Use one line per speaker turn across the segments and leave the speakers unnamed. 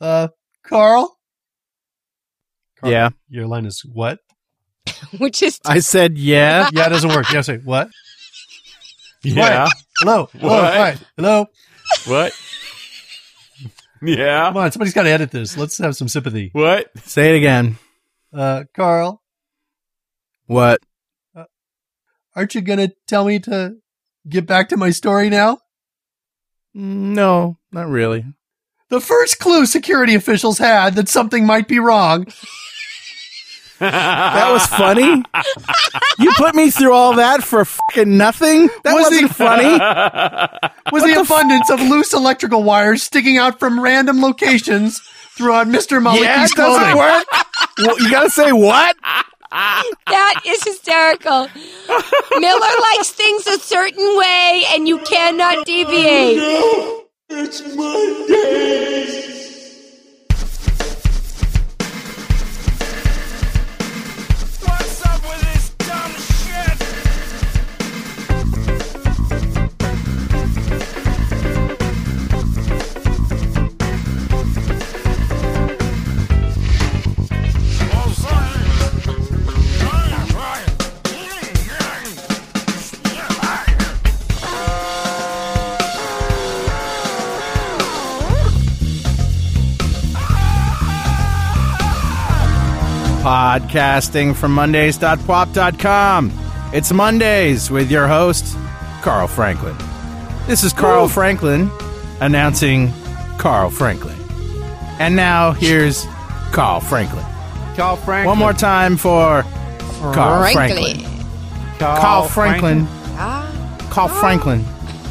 Uh, Carl?
Carl, yeah.
Your line is what?
Which is
I said, yeah.
Yeah, it doesn't work. Yeah, say what?
Yeah.
What? Hello. Hello.
What?
Hi. Hello.
What?
Come
yeah.
on, somebody's got to edit this. Let's have some sympathy.
What?
Say it again.
Uh, Carl,
What?
aren't you gonna tell me to get back to my story now?
No, not really.
The first clue security officials had that something might be wrong.
That
that
was funny. you put me through all that for fucking nothing. That
Was
wasn't
he-
funny.
was the, abundance of loose electrical wires sticking out from random locations throughout Mr.
Yeah,
Maliki's
it doesn't
clothing.
work. Well, you gotta say what?
that is hysterical. Miller likes things a certain way, and you cannot deviate.
What's up with this dumb shit?
Podcasting from Mondays.pwop.com. It's Mondays with your host, Carl Franklin. This is Carl Franklin announcing Carl Franklin. And now here's Carl Franklin.
Carl Franklin.
One more time for Carl Franklin.
Frankly,
Carl Franklin. Carl Franklin.
Carl Franklin.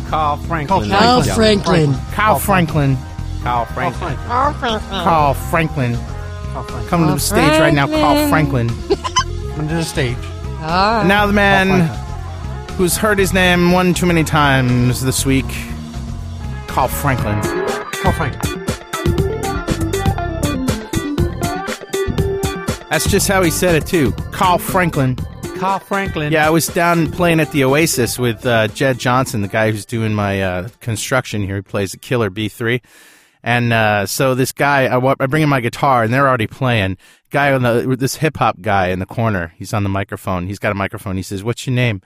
Carl Franklin.
Carl Franklin.
Carl Franklin.
Carl Franklin. Come to the stage right now, Carl Franklin.
Under the stage.
Ah.
Now the man who's heard his name one too many times this week, Carl Franklin.
Carl Franklin.
That's just how he said it too, Carl Franklin.
Carl Franklin.
Yeah, I was down playing at the Oasis with uh, Jed Johnson, the guy who's doing my uh, construction here. He plays the killer B three, and uh, so this guy, I, wa- I bring him my guitar, and they're already playing. Guy on the this hip hop guy in the corner, he's on the microphone. He's got a microphone. He says, "What's your name?"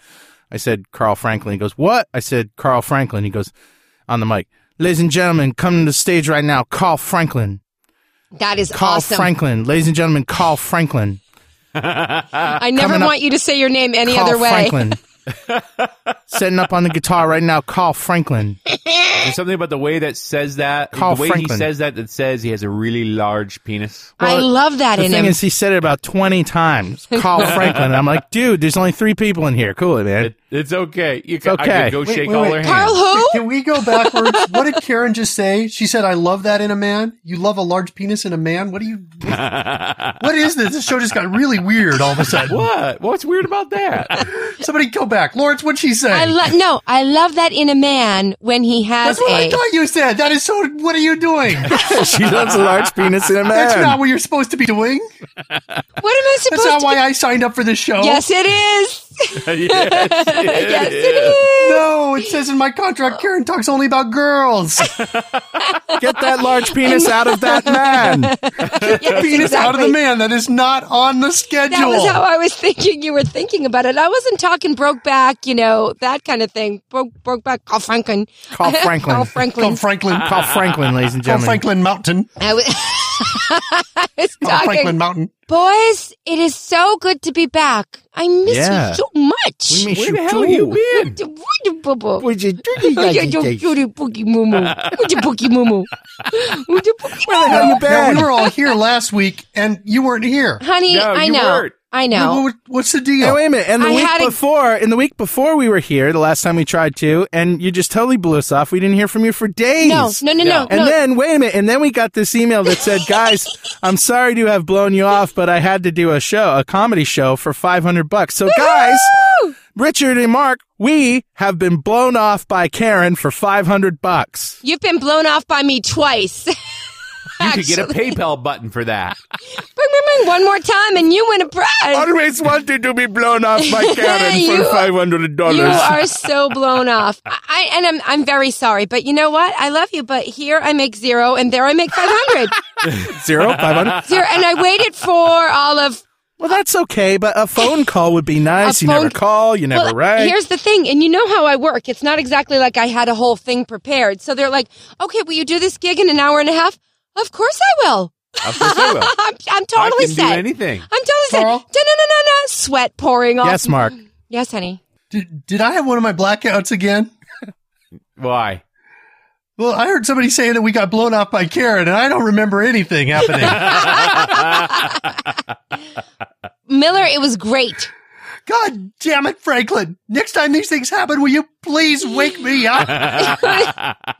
I said, "Carl Franklin." He goes, "What?" I said, "Carl Franklin." He goes, on the mic, "Ladies and gentlemen, come to the stage right now, Carl Franklin."
That is
Carl
awesome.
Franklin, ladies and gentlemen, Carl Franklin.
I never
coming up-
want you to say your name any
Carl
other way.
Franklin. Setting up on the guitar right now, Carl Franklin.
There's something about the way that says that.
Carl
the way
Franklin.
he says that that says he has a really large penis.
I love that
The
in
thing
him.
is, he said it about 20 times. Carl Franklin. I'm like, dude, there's only three people in here. Cool, man.
It- it's okay. You
It's okay.
I could go
Wait,
shake
wait,
all
wait.
their
Carl
hands.
who?
Can we go backwards? what did Karen just say? She said, I love that in a man. You love a large penis in a man? What do you. what is this? This show just got really weird all of a sudden.
What? What's weird about that?
Somebody go back. Lawrence, what'd she say?
I love no. I love that in a man when he has
That's what I
a.
thought you said. That is so. What are you doing?
she loves a large penis in a
That's not
man.
what you're supposed to be doing.
What am I supposed
That's not
to?
why I signed up for this show.
yes, it is.
yes,
yes, it is.
No, it says in my contract Karen talks only about girls.
Get that large penis out of that man.
Yes,
Penis out of
exactly.
the man. That is not on the schedule.
That was how I was thinking you were thinking about it. I wasn't talking broke back, you know, that kind of thing. Broke broke back Carl Franklin.
Carl Franklin.
Carl
Carl
Franklin.
Franklin. Carl
Carl Franklin, ladies and
Carl
gentlemen.
Franklin Mountain.
I was, I was
Carl
talking.
Franklin Mountain.
Boys, it is so good to be back. I miss
Yeah.
you so much.
We miss
Where
you
the hell
too.
you been?
The wonderful boy.
Would you do
Oh, yeah,
that?
you cutie boogie moo moo. Would you boogie moo moo? Would you boogie moo
hell
moo?
Now,
you been?
we were all here last week, and you weren't here.
Honey,
No,
I
you
know.
weren't.
I know.
What- What's the
Hey,
deal?
wait a minute. And the
I
week
had a-
before, in the week before we were here, the last time we tried to, and you just totally blew us off. We didn't hear from you for days.
no, no, no, no.
And
no.
then wait a minute, and then we got this email that said, "Guys, I'm sorry to have blown you off, but I had to do a show, a comedy show for 500 bucks." So guys, Richard and Mark, we have been blown off by Karen for 500 bucks.
You've been blown off by me twice.
You could get a PayPal button for that.
Bing, bing, bing. sing one more time and you win a prize.
Always wanted to be blown off by Karen
You-
for five hundred dollars.
You are so blown off. I- I and I'm I'm very sorry, but you know what? I love you, but here I make zero and there I make 500.
Zero five hundred.
zero and I waited for all of
Well, that's okay, but a phone call would be nice.
A
You never
phone-
call. You never
Well,
write.
Here's the thing, and you know how I work. It's not exactly like I had a whole thing prepared. So they're like, "Okay, will you do this gig in an hour and a half?" Of course I will.
Of course I will.
I'm, I'm
I
totally
can do
set.
anything.
I'm totally set. No, no,
Carl?
no, no, no. Sweat pouring off.
yes, Mark.
Yes, honey.
Did, did I have one of my blackouts again?
Why?
Well, I heard somebody say that we got blown off by Karen, and I don't remember anything happening.
Miller, it was great.
God damn it, Franklin. Next time these things happen, will you please wake me up?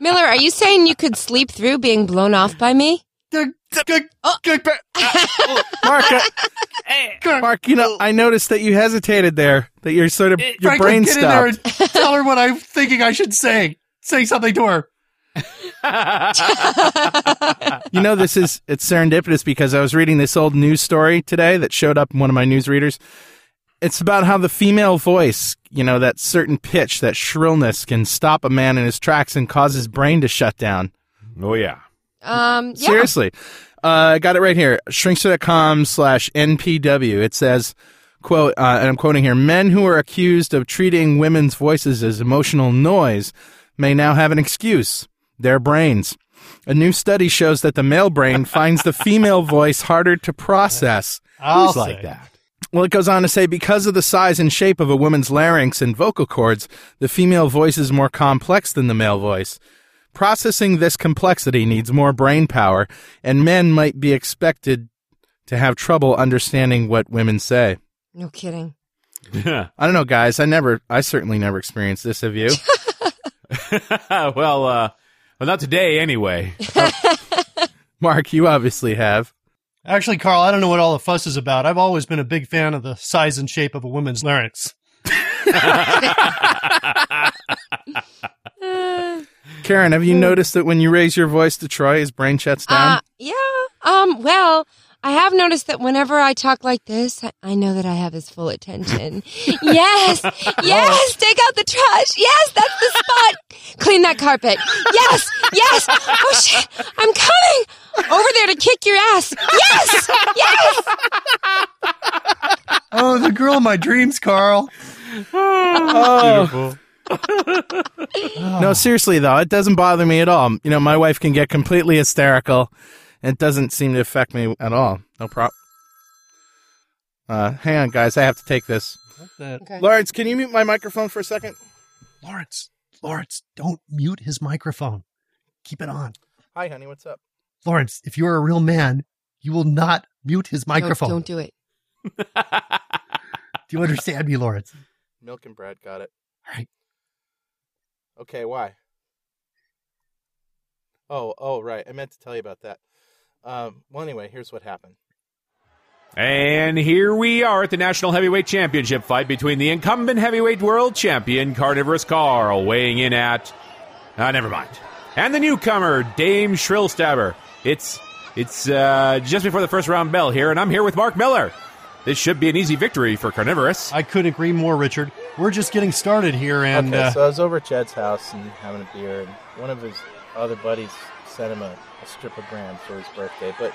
Miller, are you saying you could sleep through being blown off by me?
Good- good- good-
Mark, uh, Mark, you know, I noticed that you hesitated there. That you're sort of your
Franklin,
brain
get in there
stopped.
and tell her what I'm thinking I should say. Say something to her.
You know, this is it's serendipitous because I was reading this old news story today that showed up in one of my newsreaders. It's about how the female voice, you know, that certain pitch, that shrillness, can stop a man in his tracks and cause his brain to shut down.
Oh yeah.
Um, yeah.
Seriously. Uh, I got it right here. Shrinkster.com slash NPW. It says, quote, uh, and I'm quoting here, men who are accused of treating women's voices as emotional noise may now have an excuse. Their brains. A new study shows that the male brain finds the female voice harder to process.
I'll
Who's
say.
like that?
Well, it goes on to say because of the size and shape of a woman's larynx and vocal cords, the female voice is more complex than the male voice. Processing this complexity needs more brain power, and men might be expected to have trouble understanding what women say.
No kidding.
I don't know, guys. I never, I certainly never experienced this. Have you?
well, uh, well, not today anyway.
Mark, you obviously have.
Actually, Carl, I don't know what all the fuss is about. I've always been a big fan of the size and shape of a woman's larynx.
Uh,
Karen, have you noticed that when you raise your voice to Troy, his brain shuts down?
Uh, yeah. Um. Well, I have noticed that whenever I talk like this, I, I know that I have his full attention. yes. Yes. Take out the trash. Yes. That's the spot. Clean that carpet. Yes. Yes. Oh shit! I'm coming over there to kick your ass. Yes. Yes.
Oh, the girl of my dreams, Carl.
Beautiful.
No, seriously though, it doesn't bother me at all. You know, my wife can get completely hysterical. It doesn't seem to affect me at all. No problem. Uh, hang on, guys. I have to take this.
That-
Lawrence, can you mute my microphone for a second?
Lawrence, Lawrence, don't mute his microphone. Keep it on.
Hi, honey. What's up?
Lawrence, if you're a real man, you will not mute his microphone.
Don't, don't do it.
Do you understand me, Lawrence?
Milk and bread. Got it.
All right.
Okay. Why? Oh, oh, right. I meant to tell you about that. Um, well, anyway, here's what happened.
And here we are at the National Heavyweight Championship fight between the incumbent heavyweight world champion Carnivorous Carl, weighing in at. Uh, never mind. And the newcomer, Dame Shrillstabber. It's it's uh, just before the first round bell here, and I'm here with Mark Miller. This should be an easy victory for Carnivorous.
I couldn't agree more, Richard. We're just getting started here, and
okay,
uh,
so I was over at Jed's house and having a beer, and one of his other buddies sent him a, a strip of gram for his birthday, but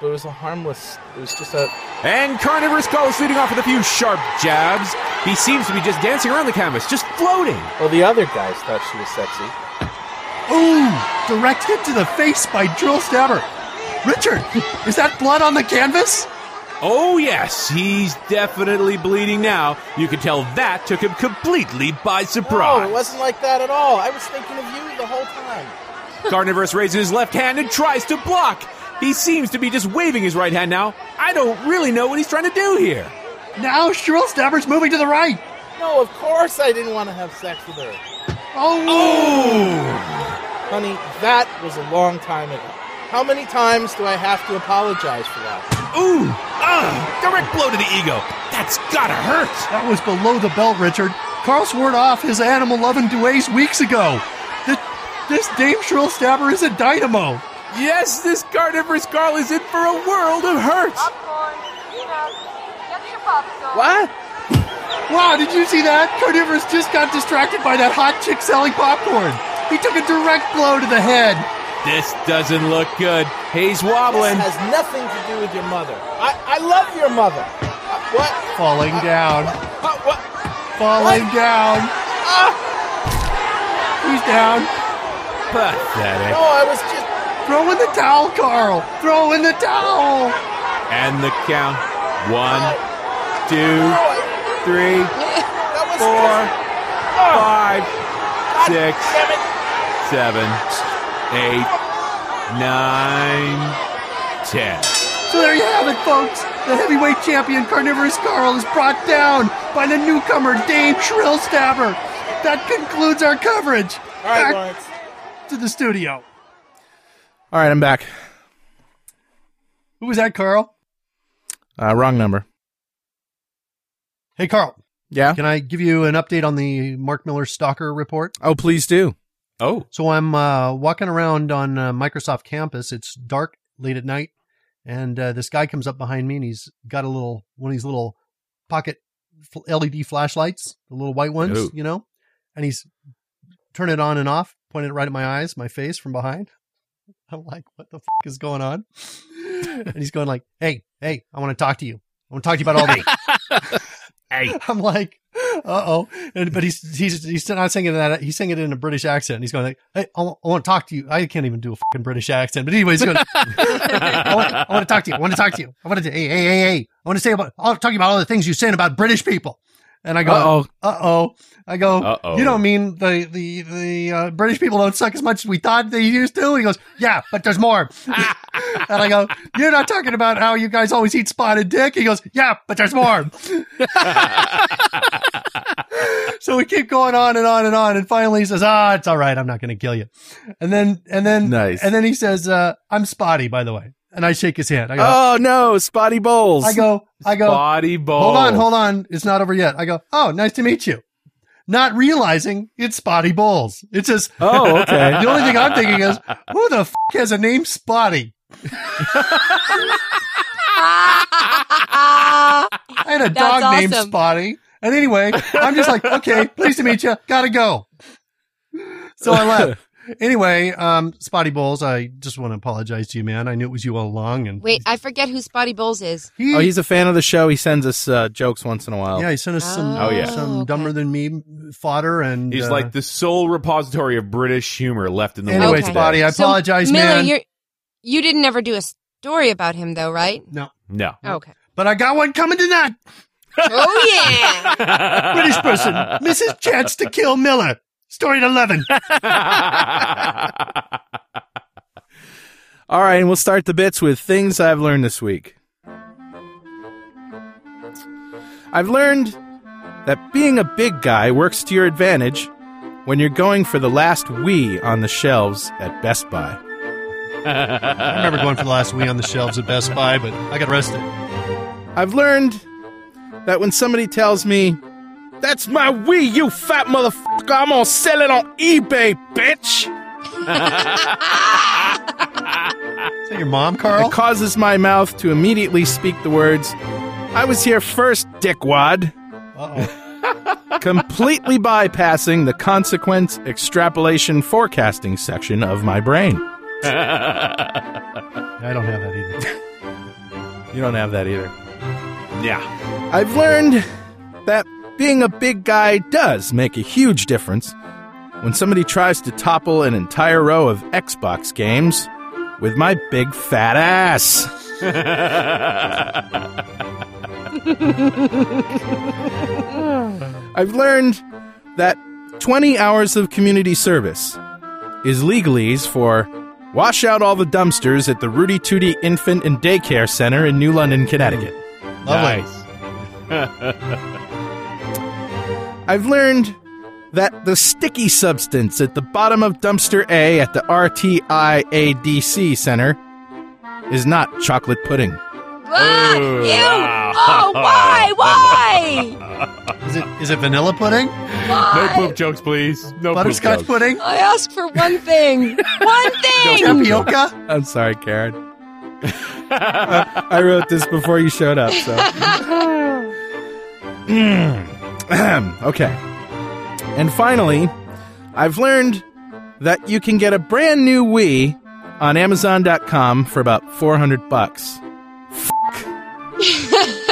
but it was a harmless. It was just a.
And Carnivorous Carl is leading off with a few sharp jabs. He seems to be just dancing around the canvas, just floating.
Well, the other guys thought she was sexy.
uh, ooh, direct hit to the face by Drill Stabber. Richard, is that blood on the canvas?
Oh, yes, he's definitely bleeding now. You can tell that took him completely by surprise.
No, it wasn't like that at all. I was thinking of you the whole time.
Carnivorous raises his left hand and tries to block. He seems to be just waving his right hand now. I don't really know what he's trying to do here.
Now Drill Stabber's moving to the right.
No, of course I didn't want to have sex with her,
Oh,
honey. That was a long time ago. How many times do I have to apologize for that?
Ooh, ah, direct blow to the ego. That's gotta hurt.
that was below the belt, Richard. Carl swore off his animal loving ways weeks ago. Th- This Dame Drill Stabber is a dynamo.
Yes, this Carnivorous Carl is in for a world of hurt.
Popcorn.
What?
Wow, did you see that? Carnivorous just got distracted by that hot chick selling popcorn. He took a direct blow to the head.
This doesn't look good. He's wobbling.
This has nothing to do with your mother. I, I love your mother. Uh, what?
Falling down.
Uh, what?
Falling down. Ah! He's down.
Pathetic.
No, I was just.
Throw in the towel, Carl. Throw in the towel.
And the count. One, two,
No, I,
three,
that was.
four, five,
God
six,
Damn it.
seven, eight, nine, ten.
So there you have it, folks. The heavyweight champion, Carnivorous Carl, is brought down by the newcomer, Dave Shrillstabber. That concludes our coverage.
All right,
Back
Lawrence.
to the studio.
All right, I'm back.
Who was that, Carl?
Uh, wrong number.
Hey, Carl.
Yeah.
Can I give you an update on the Mark Miller stalker report?
Oh, please do.
Oh,
So I'm uh, walking around on uh, Microsoft campus. It's dark, late at night, and uh, this guy comes up behind me, and he's got a little one of these little pocket fl- LED flashlights, the little white ones,
Ooh.
you know, and he's turning it on and off, pointing it right at my eyes, my face from behind. I'm like, what the fuck is going on? and he's going like, hey, hey, I want to talk to you. I want to talk to you about all this.
hey.
I'm like, uh oh. But he's he's he's not singing that. He's singing it in a British accent. He's going like, hey, I, want, I want to talk to you. I can't even do a fucking British accent. But anyways, he's going, I, want, I want to talk to you. I want to talk to you. I want to hey hey hey hey. I want to say about I'll talk to you about all the things you're saying about British people. And I go,
Uh oh.
uh oh. I go,
Uh-oh.
you don't mean the the the uh, British people don't suck as much as we thought they used to? And he goes, yeah, but there's more. and I go, you're not talking about how you guys always eat spotted dick. He goes, yeah, but there's more. so we keep going on and on and on, and finally he says, ah, it's all right. I'm not going to kill you. And then and then
Nice.
and then he says, uh, I'm spotty, by the way. And I shake his hand. I go,
Oh no, Spotty Bowls.
Oh,
I go, I go.
Body bowl.
Hold on, hold on. It's not over yet. I go, oh, nice to meet you. Not realizing it's Spotty Bowles. It's just
Oh, okay.
the only thing I'm thinking is, who the f- has a name Spotty? I had a
That's
dog named
awesome.
Spotty. And anyway, I'm just like, okay, pleased to meet you. Gotta go. So I left. Anyway, um, Spotty Bowles, I just want to apologize to you, man. I knew it was you all along, and
Wait, I forget who Spotty Bowles is.
he,
Oh, he's a fan of the show. He sends us uh, jokes once in a while.
yeah, he sent us some,
Oh,
yeah.
some
okay.
dumber than me fodder, and
He's
uh,
like the sole repository of British humor left in the world.
anyway,
Okay.
today.
Spotty, I
So,
apologize,
Miller,
man.
You're, you didn't ever do a story about him, though, right?
No.
Okay.
But I got one coming tonight.
Oh, yeah.
British person, Mrs. Chance to kill Miller. Story at 11.
All right, and we'll start the bits with things I've learned this week. I've learned that being a big guy works to your advantage when you're going for the last Wii on the shelves at Best Buy.
I remember going for the last wee on the shelves at Best Buy, but I got arrested.
I've learned that when somebody tells me, That's my Wii, you fat motherfucker, I'm gonna sell it on eBay, bitch!
Is that your mom, Carl?
It causes my mouth to immediately speak the words, I was here first, dickwad.
Uh-oh.
completely bypassing the consequence extrapolation forecasting section of my brain.
I don't have that either.
You don't have that either.
yeah.
I've learned that being a big guy does make a huge difference when somebody tries to topple an entire row of Xbox games with my big fat ass. I've learned that 20 hours of community service is legalese for wash out all the dumpsters at the Rudy Tooty Infant and Daycare Center in New London, Connecticut.
Lovely.
I've learned that the sticky substance at the bottom of dumpster A at the RTIADC Center is not chocolate pudding.
Ah,
Ooh,
ew.
wow.
Oh, why? Why?
Is it is it vanilla pudding?
No
Why?
poop jokes, please. No
Butterscotch
poop jokes.
pudding?
I asked for one thing. One thing.
Tapioca?
I'm sorry, Karen. Uh, I wrote this before you showed up, so.
okay. And finally, I've learned that you can get a brand new Wii on Amazon.com for about 400 bucks.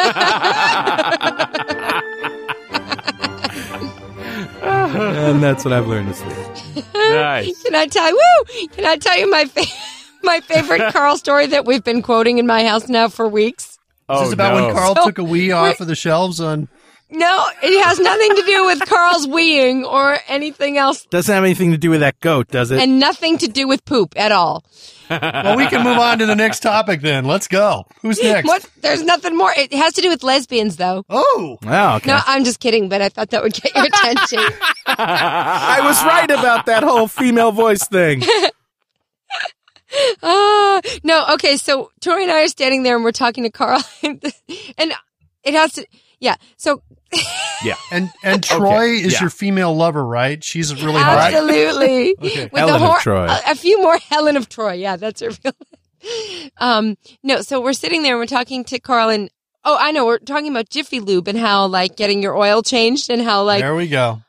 and that's what I've learned this week.
Nice.
Can I tell woo? Can I tell you my fa- my favorite Carl story that we've been quoting in my house now for weeks?
Oh,
Is this about
no.
when Carl
So-
took a Wii off of the shelves on?
No, it has nothing to do with Carl's weeing or anything else,
Doesn't have anything to do with that goat, does it?
and nothing to do with poop at all.
Well, we can move on to the next topic then. Let's go. Who's next?
What? There's nothing more. It has to do with lesbians, though.
Oh,
Wow, okay.
No, I'm just kidding, but I thought that would get your attention.
I was right about that whole female voice thing.
Ah, no, okay. So Tori and I are standing there, and we're talking to Carl, and it has to. Yeah. So
Yeah.
and and Troy is
yeah.
your female lover, right? She's really hot.
Absolutely. With
Helen of
hor-
Troy.
A, a few more Helen of Troy. Yeah, that's her real name. Um, no, so we're sitting there and we're talking to Carl and, oh, I know, we're talking about Jiffy Lube and how, like, getting your oil changed and how, like,
there we go.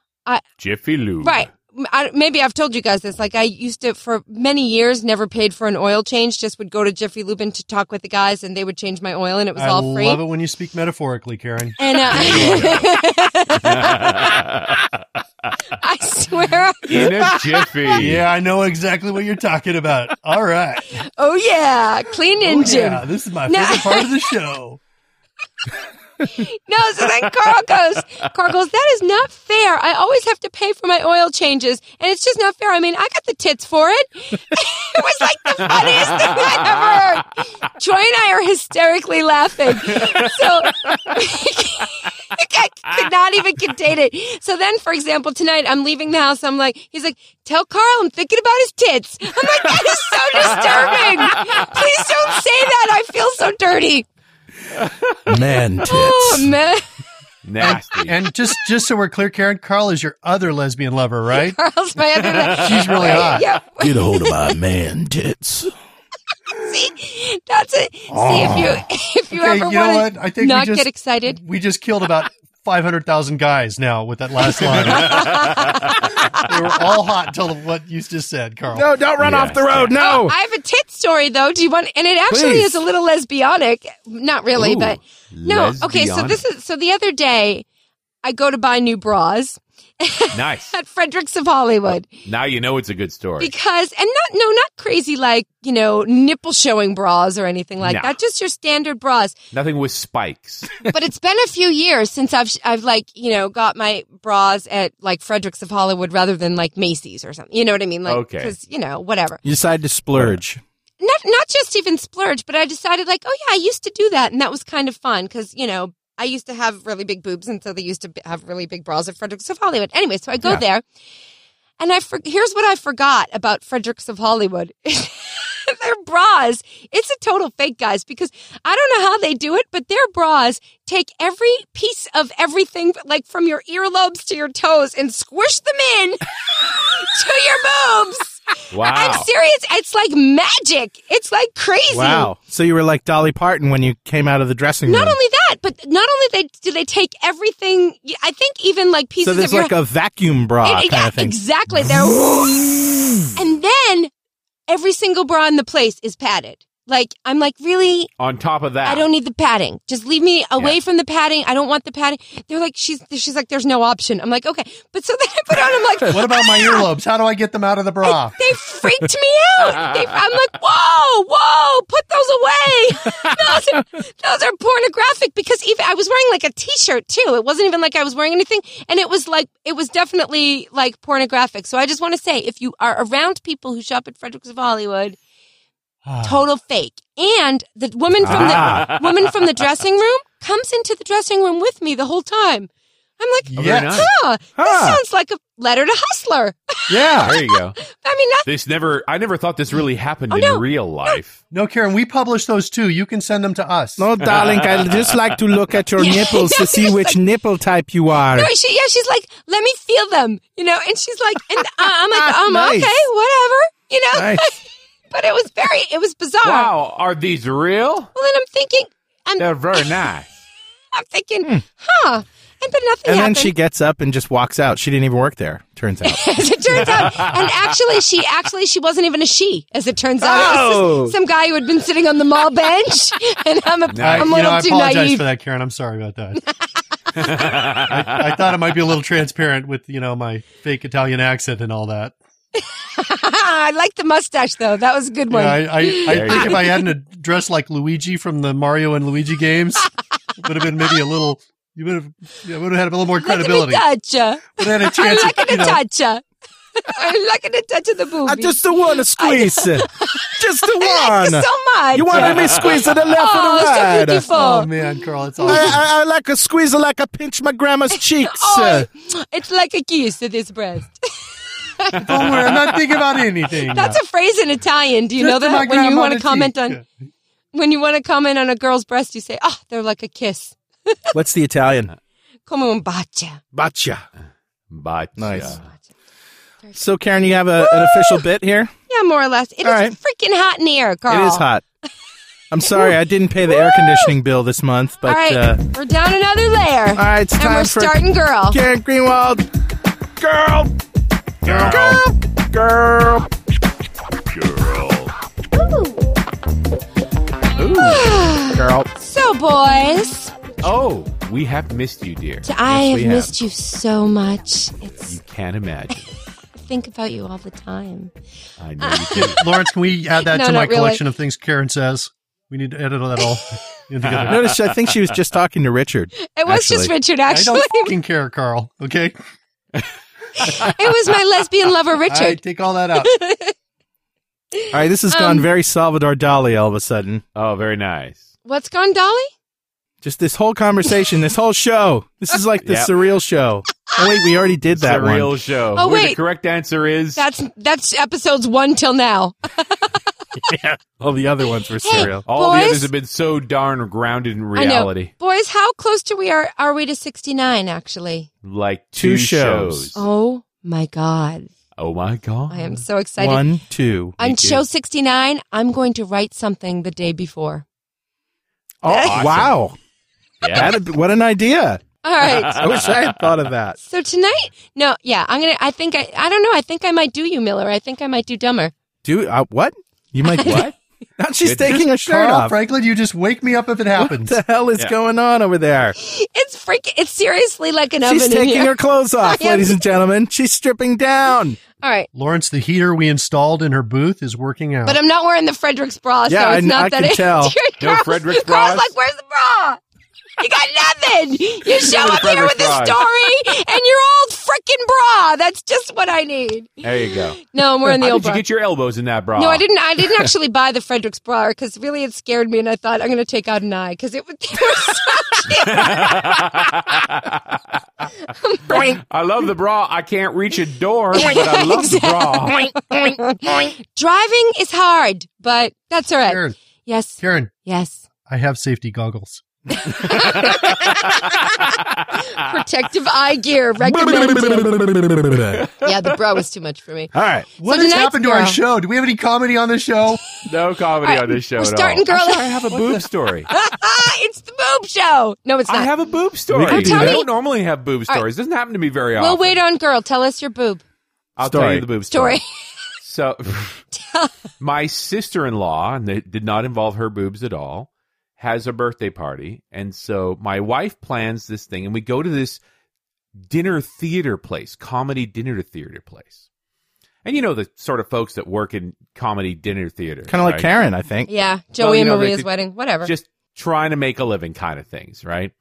Jiffy Lube.
right. M- I, maybe I've told you guys this. Like, I used to, for many years, never paid for an oil change, just would go to Jiffy Lube and to talk with the guys and they would change my oil and it was
I
all free.
love it when you speak metaphorically, Karen.
And uh, I swear,
In a jiffy.
Yeah, I know exactly what you're talking about. All right.
oh yeah, clean
Oh,
engine.
yeah, this is my
No.
favorite part of the show.
No, so then Carl goes, Carl goes, that is not fair. I always have to pay for my oil changes, and it's just not fair. I mean, I got the tits for it. it was like the funniest thing I ever heard. Troy and I are hysterically laughing. So I could not even contain it. So then, for example, tonight I'm leaving the house. I'm like, he's like, tell Carl I'm thinking about his tits. I'm like, that is so disturbing. Please don't say that. I feel so dirty.
Man tits.
Oh, man.
Nasty.
And just just so we're clear, Karen, Carl is your other lesbian lover, right?
Carl's my other.
She's really hot.
Yeah,
Get a hold of my man tits.
see, that's it. See if you if you
Okay,
ever
you know
want
what? I
to
think we
not
just-
get excited.
We just killed about five hundred thousand guys now with that last line. they were all hot until what you just said, Carl.
No, don't run
Yeah.
off the road. No.
Oh, I have a tit story though. Do you want? And it actually
Please.
is a little lesbianic. Not really,
Ooh,
but no. Okay, so
lesbianic.
this is so the other day I go to buy new bras
nice.
at Fredericks of Hollywood
Now you know it's a good story.
because and not no not crazy like you know nipple showing bras or anything like
No.
that. Just your standard bras.
Nothing with spikes.
but it's been a few years since I've I've like you know got my bras at like Fredericks of Hollywood rather than like Macy's or something. You know what I mean? Like,
Okay.
Because you know whatever.
you decide to splurge.
Not not just even splurge, but I decided like oh yeah I used to do that and that was kind of fun because you know I used to have really big boobs and so they used to b- have really big bras at Fredericks of Hollywood. Anyway, so I go there. And I for- here's what I forgot about Fredericks of Hollywood. their bras, it's a total fake, guys, because I don't know how they do it, but their bras take every piece of everything, like from your earlobes to your toes, and squish them in to your boobs.
Wow.
I'm serious. It's like magic. It's like crazy.
Wow. So you were like Dolly Parton when you came out of the dressing
Not
room.
only that, but not only they do they take everything. I think even like
so
pieces
there's
of your
like a vacuum bra
It- it-
kind
yeah,
of thing.
Exactly. They're- and then every single bra in the place is padded. Like I'm like, really?
On top of that,
I don't need the padding. Just leave me away from the padding. I don't want the padding. They're like, she's she's like, there's no option. I'm like, okay. But so then I put it on. I'm like,
What about my earlobes? How do I get them out of the bra?
They freaked me out. They, I'm like, whoa, whoa, put those away. those, are, those are pornographic because even I was wearing like a t-shirt too. It wasn't even like I was wearing anything, and it was like it was definitely like pornographic. So I just want to say, if you are around people who shop at Fredericks of Hollywood, total fake. And the woman from the woman from the dressing room comes into the dressing room with me the whole time. I'm like,
Very
Yeah.
nice.
huh, this
Huh.
sounds like a letter to Hustler.
Yeah.
There you go.
I mean, not,
This never. I never thought this really happened in
Oh, no.
real life.
No, Karen, we publish those too. You can send them to us.
No, Oh, darling, I just like to look at your
Yeah.
nipples to see which nipple type you are.
No, she, yeah, she's like, let me feel them, you know, and she's like, and I- I'm like, um,
Nice.
okay, whatever, you know,
Nice.
but it was very, it was bizarre.
Wow, are these real?
Well, then I'm thinking, I'm,
They're very nice.
I'm thinking, huh, And but nothing
And then
happened.
she gets up and just walks out. She didn't even work there, turns out.
as it turns out. And actually, she actually she wasn't even a she, as it turns out. It
Oh.
was just some guy who had been sitting on the mall bench, and I'm a,
I,
am
you know,
a little
I
too
apologize
naive.
for that, Karen. I'm sorry about that. I, I thought it might be a little transparent with you know my fake Italian accent and all that.
I like the mustache though. That was a good
You know,
one.
I, I, I
you
think if I hadn't dressed like Luigi from the Mario and Luigi games, it would have been maybe a little. You would have, you would have had a little more credibility.
Look at the touch. uh,
Would have had a
I
chance.
like
at, you
it
know,
touch. I like it touch of the booby.
I just want to squeeze. just
Thank
the
you
one.
so much.
You want me squeeze to the left or the
oh, so
right?
beautiful.
oh man, Carl, it's awesome.
I, I, I like a squeeze like I pinch my grandma's cheeks.
Oh, it's like a kiss to this breast.
Don't worry, I'm not thinking about anything.
That's a phrase in Italian. Do you
Just
know
to my
that? When you
grandma
want to
to
comment
cheek.
on when you want to comment on a girl's breast, you say, "Oh, they're like a kiss."
What's the Italian?
Come on, bacia.
Baccia.
But
Nice.
uh,
So, Karen, you have a, an official bit here?
Yeah, more or less. It is
All right.
freaking hot in here, Carl.
It is hot. I'm sorry, I didn't pay the air conditioning bill this month, but
All right,
uh,
we're down another layer. All
right, it's
and
time
we're
for-
starting, girl.
Karen Greenwald,
girl, girl, girl, girl.
girl.
So, boys,
Oh, we have missed you, dear.
I
Yes,
have
we
missed you so much. It's
You can't imagine.
I think about you all the time.
I know you did.
Lawrence, can we add that
No,
to my
not really.
collection of things Karen says? We need to edit all that all in together.
Notice, I think she was just talking to Richard.
It was just
Actually,
Richard,
I
actually.
don't fucking care, Carl. Okay,
it was my lesbian lover,
I
Richard.
take all that out.
All right, this has
Um,
gone very Salvador Dali all of a sudden.
Oh, very nice.
What's gone, Dolly?
Just this whole conversation, this whole show. This is like the
Yep.
surreal show. Oh wait, we already did that
the real
one.
show.
Oh,
Where the
wait.
correct answer is
That's that's episodes one till now.
All the other ones were
Hey.
surreal.
all the
Boys?
others have been so darn grounded in reality.
I know. Boys, how close to we are are we to sixty nine actually?
Like
Two
two,
shows.
shows.
Oh my god.
Oh my god.
I am so excited.
One, two.
On
too.
show sixty nine, I'm going to write something the day before.
Oh
Awesome.
wow!
Yeah.
That'd be- what an idea!
All right.
I wish I had thought of that.
so tonight no, yeah, I'm gonna I think I I don't know, I think I might do you, Miller. I think I might do dumber.
Do uh, what? You might what? now she's
Good.
taking her shirt
Carl
off.
Franklin, you just wake me up if it
What
happens.
the hell is
Yeah.
going on over there?
It's freaking it's seriously like an
She's
oven in
taking
here.
her clothes off,
I am-
ladies and gentlemen. She's stripping down.
All right.
Lawrence, the heater we installed in her booth is working out.
Oh.
But I'm not wearing the Frederick's bra,
Yeah,
so
I
it's
kn-
not
I
that
can
it-
tell.
No
Carl's-
Frederick's
Carl's
bras?
like, where's the bra? You got nothing. You show
me the
up here
Frederick's
with a
bras.
story and your old freaking bra. That's just what I need.
There you go.
No, I'm wearing the
How
old
did you
bra.
get your elbows in that bra?
no, I didn't. I didn't actually buy the Frederick's bra because really it scared me, and I thought I'm going to take out an eye because it was. they were so cute.
I love the bra. I can't reach a door, but I love the bra.
Driving is hard, but that's all right.
Karen,
Yes,
Karen,
yes.
I have safety goggles.
Protective eye gear recommended. yeah, the bra was too much for me.
All right.
What has
tonight's
happened to our
girl-
show? Do we have any comedy on the show?
No comedy
All right,
on this show
we're
at all.
starting girl-
I'm sure I have a boob story.
it's the boob show. No, it's not.
I have a boob story.
We could
I
do
that.
don't normally have boob stories. Doesn't happen to me very often.
Well, wait on, girl. Tell us your boob
I'll tell
Story.
you the boob
story.
story. So, my sister in law, and it did not involve her boobs at all, has a birthday party. And so my wife plans this thing, and we go to this dinner theater place, comedy dinner theater place. And you know the sort of folks that work in comedy dinner theater.
Kind of like
right?
Karen, I think.
yeah, Joey
Well, you
and
know, they
Maria's
could
wedding. Whatever.
Just trying to make a living kind of things, right?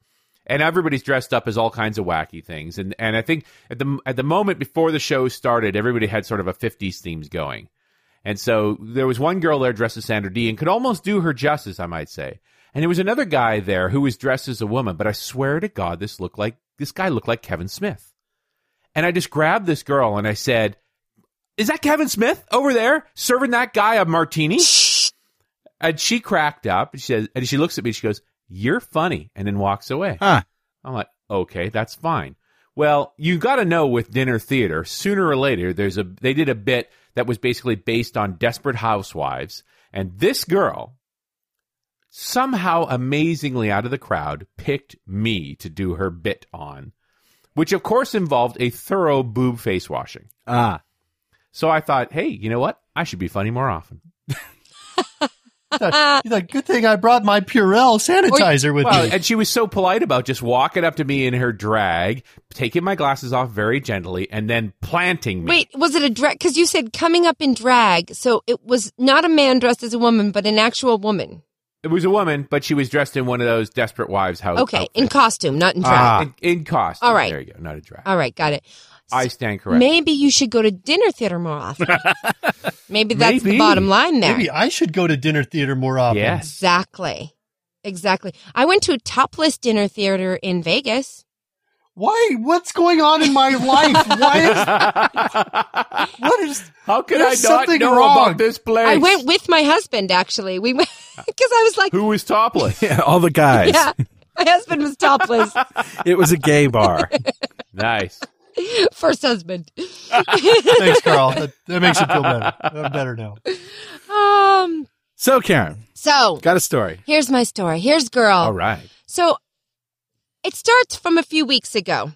And everybody's dressed up as all kinds of wacky things. And and I think at the at the moment before the show started, everybody had sort of a 50s themes going. And so there was one girl there dressed as Sandra D and could almost do her justice, I might say. And there was another guy there who was dressed as a woman, but I swear to God, this looked like this guy looked like Kevin Smith. And I just grabbed this girl and I said, Is that Kevin Smith over there serving that guy a martini? And she cracked up and she says, and she looks at me and she goes, You're funny, and then walks away.
Huh.
I'm like, okay, that's fine. Well, you got to know with dinner theater, sooner or later, there's a they did a bit that was basically based on Desperate Housewives, and this girl somehow amazingly out of the crowd picked me to do her bit on, which of course involved a thorough boob face washing.
Ah,
So I thought, hey, you know what? I should be funny more often.
He's like, good thing I brought my Purell sanitizer with
Well,
me.
and she was so polite about just walking up to me in her drag, taking my glasses off very gently, and then planting me.
Wait, was it a drag? Because you said coming up in drag, so it was not a man dressed as a woman, but an actual woman.
It was a woman, but she was dressed in one of those desperate wives house.
Okay, in costume, not in drag.
Ah.
in, in costume.
All right.
There you go. Not a drag.
All right, got it.
I stand correct.
Maybe you should go to dinner theater more often. Maybe that's
Maybe.
the bottom line there.
Maybe I should go to dinner theater more often.
Yes.
Exactly. Exactly. I went to a topless dinner theater in Vegas.
Why? What's going on in my life? Why
How
is what is?
could
There's
I not
something
know
wrong.
about this place?
I went with my husband, actually. We went because I was like,
Who was topless?
yeah, Ah, all the guys.
yeah, my husband was topless.
It was a gay bar.
nice.
First husband.
Thanks, Carl. That, that makes it feel better. I'm better now.
Um,
so, Karen,
so
got a story.
here's my story. Here's girl.
All right.
So it starts from a few weeks ago.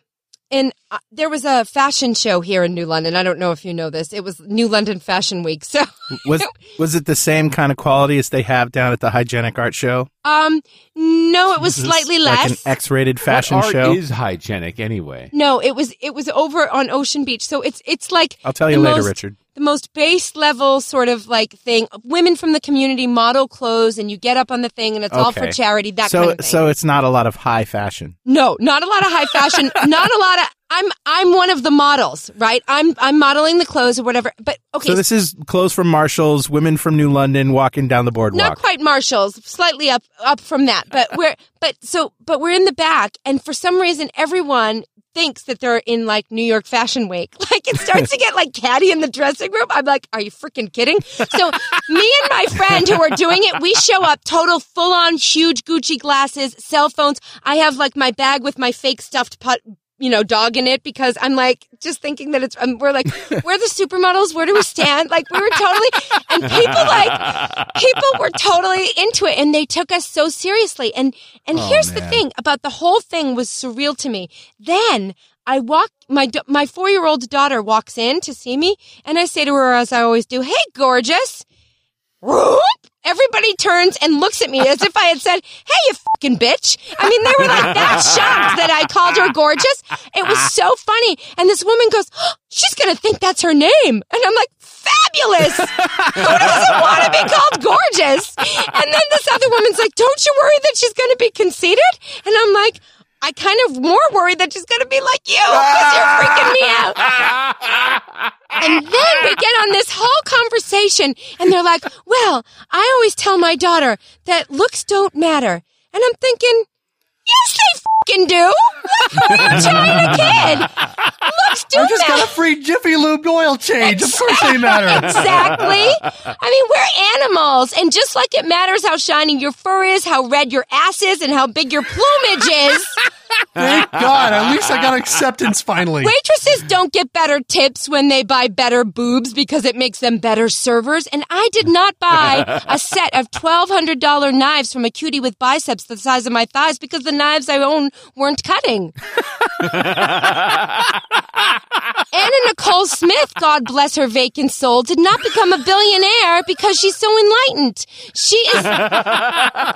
And uh, there was a fashion show here in New London. I don't know if you know this. It was New London Fashion Week. So,
Was was it the same kind of quality as they have down at the Hygienic Art Show?
um, no, it was
Jesus,
slightly
Like
less.
an X-rated fashion
what art
show.
is hygienic anyway.
No, it was it was over on Ocean Beach. So it's it's like
I'll tell you
the
later,
most-
Richard.
The most base level sort of like thing. Women from the community model clothes, and you get up on the thing, and it's all for
Okay.
charity. That
so
kind of thing.
so it's not a lot of high fashion.
no, not a lot of high fashion. not a lot of. I'm I'm one of the models, right? I'm I'm modeling the clothes or whatever. But okay,
So this is clothes from Marshalls, women from New London walking down the
not
boardwalk.
quite Marshalls, slightly up up from that. But we're but so but we're in the back, and for some reason, everyone thinks that they're in like New York Fashion Week. Like it starts to get like catty in the dressing room. I'm like, are you freaking kidding? So me and my friend who are doing it, we show up total full on huge Gucci glasses, cell phones. I have like my bag with my fake stuffed put. You know, dog in it because I'm like just thinking that it's. Um, we're like, we're the supermodels. Where do we stand? Like we were totally, and people like people were totally into it and they took us so seriously and and here's the thing about the whole thing was surreal to me then i walk my da- my 4-year-old daughter walks in to see me and i say to her as i always do hey gorgeous Whoop! Everybody turns and looks at me as if I had said, Hey, you fucking bitch. I mean, they were like that shocked that I called her gorgeous. It was so funny. And this woman goes, "Oh, She's going to think that's her name. And I'm like, Fabulous. Who doesn't want to be called gorgeous? And then this other woman's like, Don't you worry that she's going to be conceited? And I'm like, I kind of more worry that she's going to be like you because you're freaking me out. And then we get on this whole conversation, and they're like, Well, I always tell my daughter that looks don't matter. And I'm thinking, Yes, they fing do. Look, when you're trying a kid, looks do
I just
matter.
got a free Jiffy Lube oil change. Of course they matter.
Exactly. I mean, we're animals, and just like it matters how shiny your fur is, how red your ass is, and how big your plumage is,
Thank God. At least I got acceptance finally.
waitresses don't get better tips when they buy better boobs because it makes them better servers. And I did not buy a set of $1,200 knives from a cutie with biceps the size of my thighs because the knives I own weren't cutting. Anna Nicole Smith, God bless her vacant soul, did not become a billionaire because she's so enlightened. She is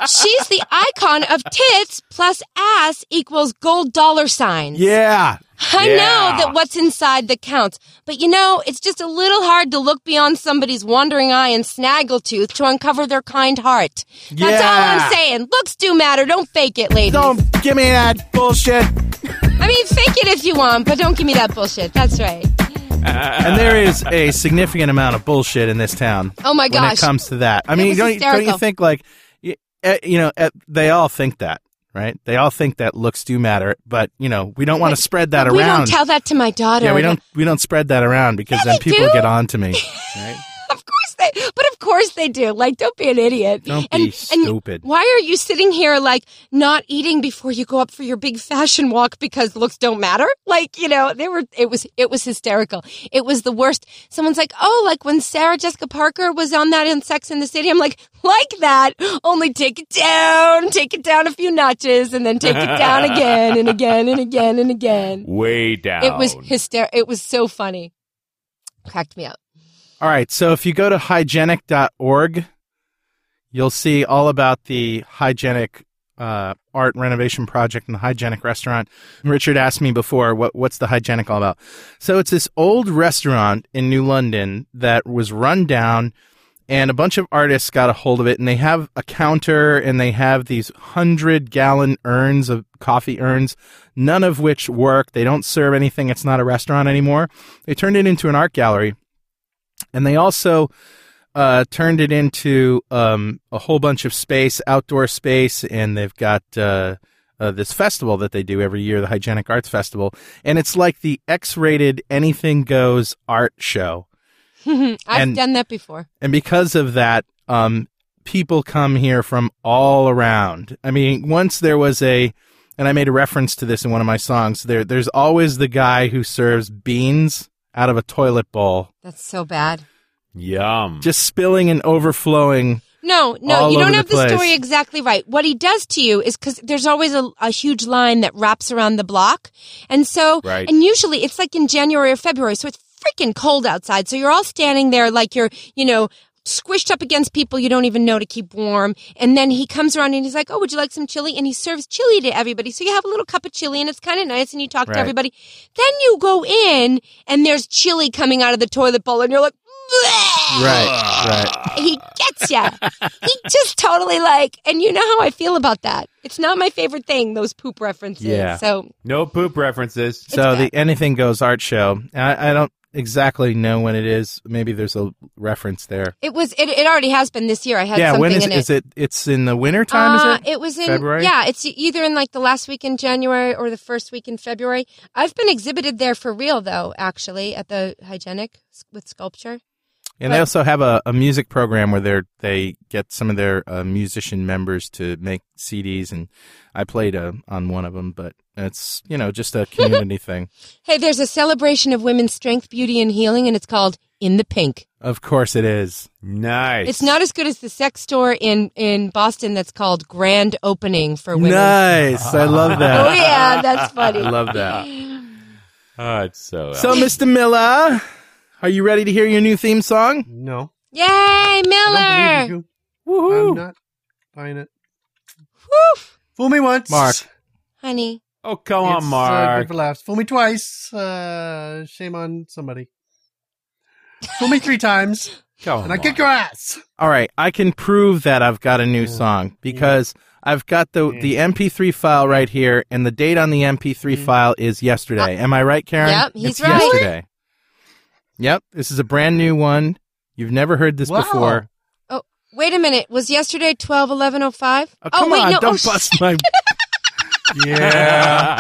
she's the icon of tits plus ass equals gold dollar signs.
Yeah.
I
Yeah.
know that what's inside that counts, but you know, it's just a little hard to look beyond somebody's wandering eye and snaggletooth to uncover their kind heart. That's all
Yeah.
I'm saying. Looks do matter. Don't fake it, ladies.
Don't give me that bullshit.
I mean, fake it if you want, but don't give me that bullshit. That's right.
And there is a significant amount of bullshit in this town.
Oh my
When it
gosh.
comes to that, I
It
mean,
was
don't you, don't you
hysterical.
think like, y- eh, you know, eh, they all think that, right? They all think that looks do matter, but you know, we don't want to spread that
we
around.
don't tell that to my daughter.
yeah, we don't we don't spread that around because
Yeah,
then
they
people
do.
get on to me.
Of course course they, but of course they do. Like, don't be an idiot.
Don't
and,
be
and
stupid.
why are you sitting here like not eating before you go up for your big fashion walk because looks don't matter? Like, you know, they were. It was it was hysterical. It was the worst. Someone's like, oh, like when Sarah Jessica Parker was on that in Sex in the City. I'm like, like that. Only take it down, take it down a few notches, and then take it down again and again and again and again.
Way down.
It was hysterical. It was so funny. Cracked me up.
All right. So if you go to hygienic.org, you'll see all about the hygienic uh, art renovation project and the hygienic restaurant. Richard asked me before, what, what's the hygienic all about? So it's this old restaurant in New London that was run down, and a bunch of artists got a hold of it, and they have a counter and they have these hundred gallon urns of coffee urns, none of which work. They don't serve anything. It's not a restaurant anymore. They turned it into an art gallery and they also uh, turned it into um, a whole bunch of space, outdoor space, and they've got uh, uh, this festival that they do every year, the Hygienic Arts Festival, and it's like the X-rated anything goes art show.
I've
And-
done that before.
And because of that, um, people come here from all around. I mean, once there was a, and I made a reference to this in one of my songs. There, there's always the guy who serves beans out of a toilet bowl,
That's so bad.
Yum.
just spilling and overflowing.
No, no,
All
you
over
don't
the
have the,
place.
story exactly right. What he does to you is because there's always a, a huge line that wraps around the block. And so,
Right.
and usually it's like in January or February. So it's freaking cold outside. So you're all standing there like you're, you know, squished up against people you don't even know to keep warm. And then he comes around and he's like, Oh, would you like some chili? And he serves chili to everybody. So you have a little cup of chili and it's kind of nice and you talk
Right.
to everybody. Then you go in and there's chili coming out of the toilet bowl and you're like, "Bleh!"
Right, right.
he gets ya. he just totally like, and you know how I feel about that. It's not my favorite thing, those poop references.
Yeah.
So
no poop references.
So
bad.
the Anything Goes art show. I, I don't exactly know when it is. Maybe there's a reference there.
it was, it, it already has been this year. I had
yeah,
something
when is
in
it? Is it? It's in the winter time.
Uh,
is it?
was in
February?
Yeah, it's e, either in like the last week in January or the first week in February. I've been exhibited there for real though, actually, at the Hygienic s- with sculpture.
And they also have a, a music program where they they get some of their uh, musician members to make CDs, and I played uh on one of them. But it's you know just a community thing.
Hey, there's a celebration of women's strength, beauty, and healing, and it's called In the Pink.
Of course, it is.
Nice.
It's not as good as the sex store in in Boston that's called Grand Opening for Women.
Nice, I love
Oh
that.
yeah, that's funny.
I love that.
Oh, it's so.
So, Mr. Miller, are you ready to hear your new theme song?
No.
Yay,
I don't
Miller!
believe you. I'm not buying it.
Woof,
Fool me once.
Mark.
honey.
oh, come on,
It's, uh,
Mark.
good for laughs. Fool me twice. Uh, shame on somebody. Fool me three times,
come on.
and I
Mark.
kick your ass.
all right, I can prove that I've got a new song because I've got the the MP3 file right here, and the date on the MP3 file is yesterday. Am I right, Karen?
Oh. Yep, he's
It's
right.
Yesterday. Yep, this is a brand new one. You've never heard this
Wow.
before.
Oh, wait a minute. Was yesterday twelve eleven oh five?
Oh, come
wait,
on,
no.
don't
oh,
bust my.
Yeah.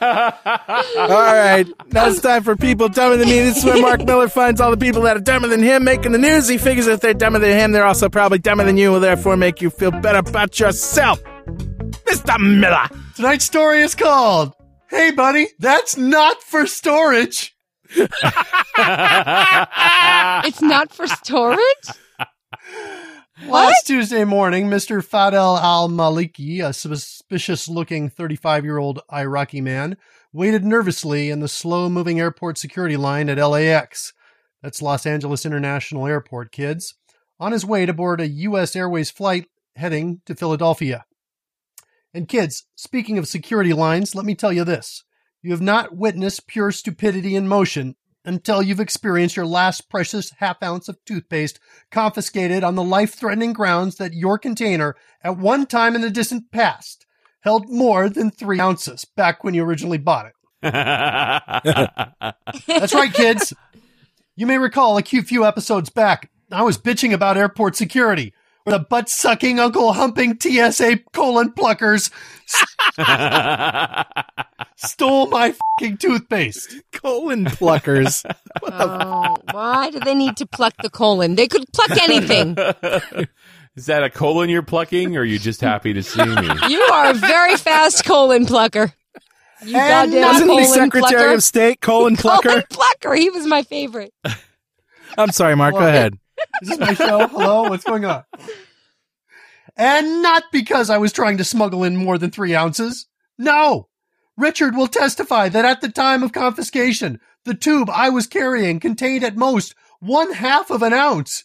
all right, now it's time for people dumber than me. This is where Mark Miller finds all the people that are dumber than him making the news. He figures if they're dumber than him, they're also probably dumber than you, will therefore make you feel better about yourself, Mister Miller.
Tonight's story is called "Hey, buddy, that's not for storage."
it's not for storage. What?
Last Tuesday morning, Mr. Fadel Al Maliki, a suspicious looking 35 year old Iraqi man, waited nervously in the slow moving airport security line at LAX. That's Los Angeles International Airport, kids. On his way to board a U.S. Airways flight heading to Philadelphia. And kids, speaking of security lines, let me tell you this. You have not witnessed pure stupidity in motion until you've experienced your last precious half ounce of toothpaste confiscated on the life threatening grounds that your container, at one time in the distant past, held more than three ounces back when you originally bought it. That's right, kids. You may recall a few- few episodes back, I was bitching about airport security. the butt sucking, uncle humping TSA colon pluckers stole my fucking toothpaste.
colon pluckers.
Oh, why do they need to pluck the colon? They could pluck anything.
Is that a colon you're plucking, or are you just happy to see me?
You are a very fast colon plucker. You
And
goddamn
wasn't
colon
he Secretary
plucker.
of State colon
Colon
plucker?
plucker. He was my favorite.
I'm sorry, Mark. Go ahead.
Is this my show? Hello? What's going on? And not because I was trying to smuggle in more than three ounces. No. Richard will testify that at the time of confiscation, the tube I was carrying contained at most one half of an ounce.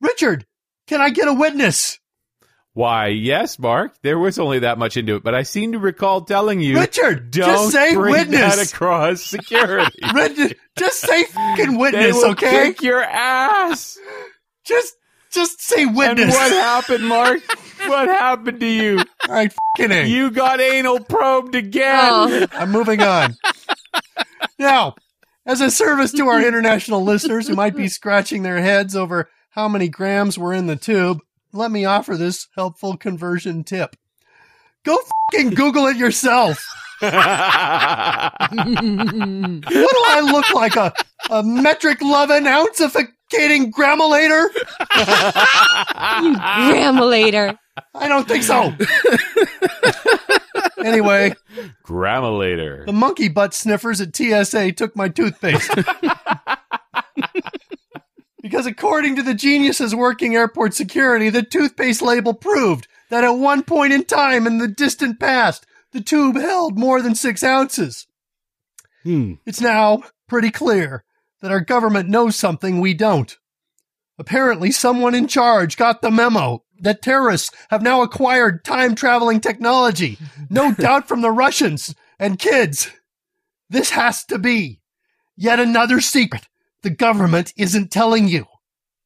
Richard, can I get a witness?
Why, yes, Mark. There was only that much into it, but I seem to recall telling you,
Richard,
don't
just say
bring that
witness.
across security.
Richard, just say fucking
they
witness,
will
okay?
kick your ass.
Just, just say
And
witness.
what happened, Mark? what happened to you?
All right, fucking A.
You got anal probed again.
Oh,
I'm moving on. now, as a service to our international listeners who might be scratching their heads over how many grams were in the tube, let me offer this helpful conversion tip. Go fucking Google it yourself. what do I look like? A, a metric loving ounceficating gramulator?
Ah.
gramulator.
I don't think so. anyway,
Gramulator.
the monkey butt sniffers at TSA took my toothpaste. because according to the geniuses working airport security, the toothpaste label proved that at one point in time in the distant past, the tube held more than six ounces.
Hmm.
It's now pretty clear that our government knows something we don't. Apparently, someone in charge got the memo that terrorists have now acquired time traveling technology, no doubt from the Russians and kids. This has to be yet another secret the government isn't telling you.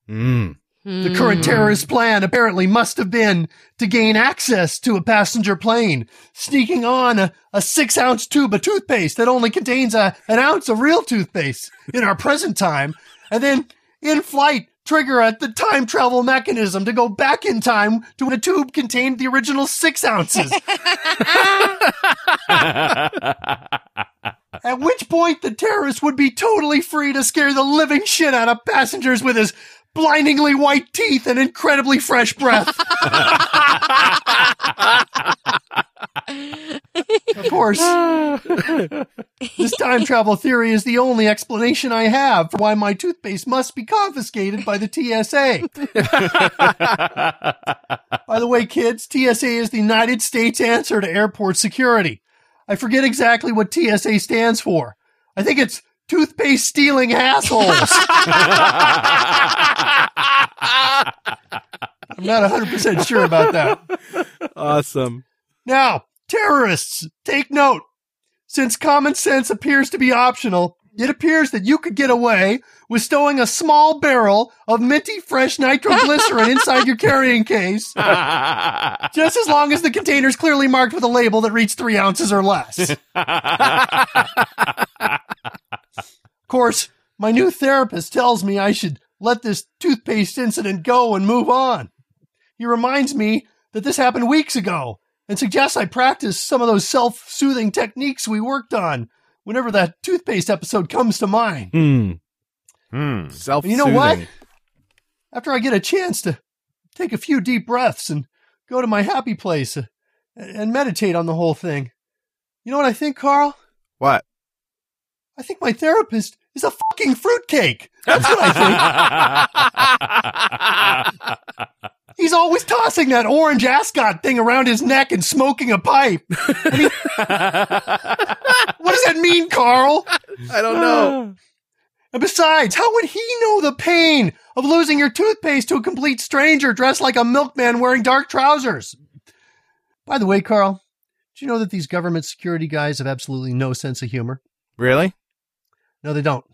Mm.
The current terrorist plan apparently must have been to gain access to a passenger plane, sneaking on a, a six ounce tube of toothpaste that only contains a, an ounce of real toothpaste in our present time, and then in flight trigger at the time travel mechanism to go back in time to when a tube contained the original six ounces. At which point, the terrorist would be totally free to scare the living shit out of passengers with his blindingly white teeth and incredibly fresh breath. of course, this time travel theory is the only explanation I have for why my toothpaste must be confiscated by the TSA. By the way, kids, TSA is the United States answer to airport security. I forget exactly what TSA stands for. I think it's toothpaste stealing assholes. I'm not 100% sure about that.
Awesome.
Now, terrorists, take note. Since common sense appears to be optional, it appears that you could get away with stowing a small barrel of minty fresh nitroglycerin inside your carrying case. just as long as the container's clearly marked with a label that reads three ounces or less. of course, my new therapist tells me I should let this toothpaste incident go and move on. He reminds me that this happened weeks ago and suggests I practice some of those self soothing techniques we worked on whenever that toothpaste episode comes to mind.
Hmm.
Hmm.
Self.
You know what? after I get a chance to take a few deep breaths and go to my happy place uh, and meditate on the whole thing. You know what I think, Carl?
What?
I think my therapist is a fucking fruitcake. That's what I think. He's always tossing that orange ascot thing around his neck and smoking a pipe. I mean, what does that mean, Carl?
I don't know.
And besides, how would he know the pain of losing your toothpaste to a complete stranger dressed like a milkman wearing dark trousers? By the way, Carl, do you know that these government security guys have absolutely no sense of humor?
Really?
No, they don't.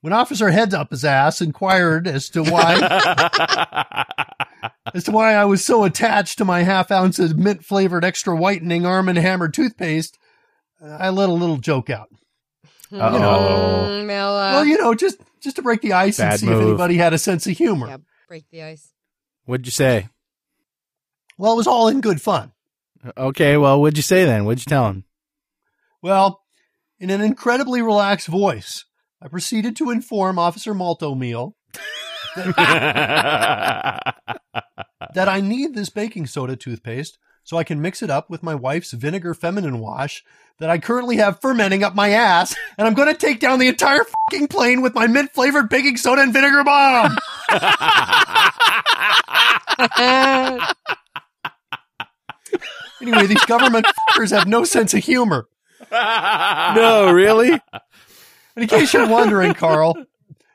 When Officer Heads Up His Ass inquired as to why as to why I was so attached to my half ounce of mint flavored extra whitening arm and hammer toothpaste, uh, I let a little joke out.
Uh-oh.
Mm, well, uh,
well, you know, just just to break the ice and
Bad
see
move.
if anybody had a sense of humor.
yeah, break the ice.
What'd you say?
Well, it was all in good fun.
Okay, well, what'd you say then? What'd you tell him?
Well, in an incredibly relaxed voice, I proceeded to inform Officer Malto Meal that I need this baking soda toothpaste so I can mix it up with my wife's vinegar feminine wash that I currently have fermenting up my ass, and I'm going to take down the entire fucking plane with my mint flavored baking soda and vinegar bomb. anyway, these government fuckers have no sense of humor.
No, really?
And in case you're wondering, Carl,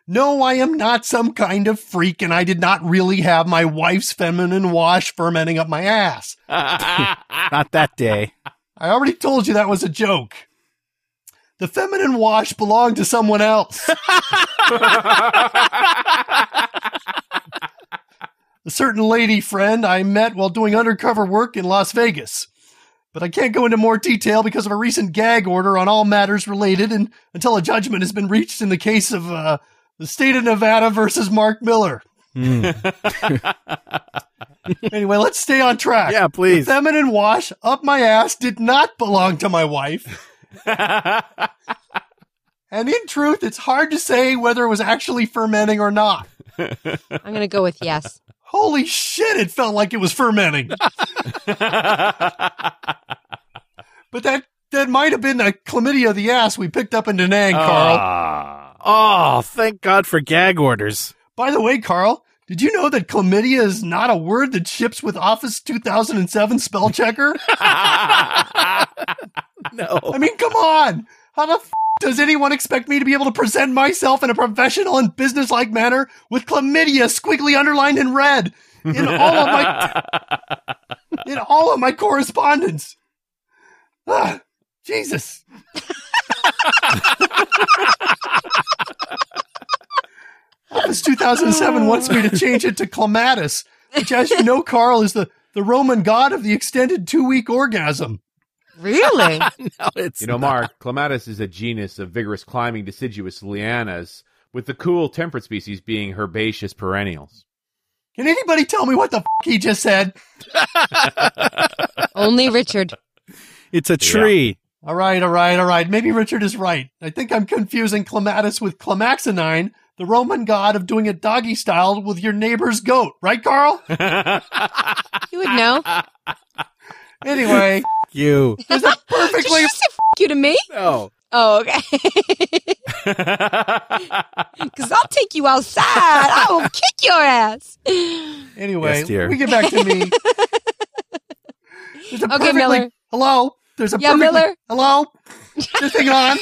no, I am not some kind of freak, and I did not really have my wife's feminine wash fermenting up my ass.
Not that day.
I already told you that was a joke. The feminine wash belonged to someone else. a certain lady friend I met while doing undercover work in Las Vegas. But I can't go into more detail because of a recent gag order on all matters related and until a judgment has been reached in the case of uh, the state of Nevada versus Mark Miller. anyway, let's stay on track.
Yeah, please.
The feminine wash up my ass did not belong to my wife. and in truth, it's hard to say whether it was actually fermenting or not.
I'm going to go with yes.
Holy shit, it felt like it was fermenting. but that that might have been a chlamydia of the ass we picked up in Da Nang, Carl.
Ah.
Oh, thank God for gag orders.
By the way, Carl, did you know that chlamydia is not a word that ships with Office 2007 spell checker?
No.
I mean, come on. How the f- does anyone expect me to be able to present myself in a professional and businesslike manner with chlamydia squiggly underlined in red in all of my in all of my correspondence? Ah, Jesus. Office 2007 wants me to change it to clematis, which, as you know, Carl is the, the Roman god of the extended two week orgasm.
Really?
No, it's
You know, Mark, clematis is a genus of vigorous climbing deciduous lianas, with the cool temperate species being herbaceous perennials.
Can anybody tell me what the f- he just said?
Only Richard.
it's a tree.
All right, all right, all right. Maybe Richard is right. I think I'm confusing Clematis with Clemaxinine, the Roman god of doing it doggy style with your neighbor's goat. Right, Carl?
You would know.
Anyway,
You.
Did
perfectly.
you say f- you to me?
No.
Oh, okay. Because I'll take you outside. I will kick your ass.
Anyway,
Yes, dear.
we get back to me. There's a
Okay,
perfectly-
Miller.
Hello? There's a
Yeah,
perfectly-
Miller.
Hello? This thing on?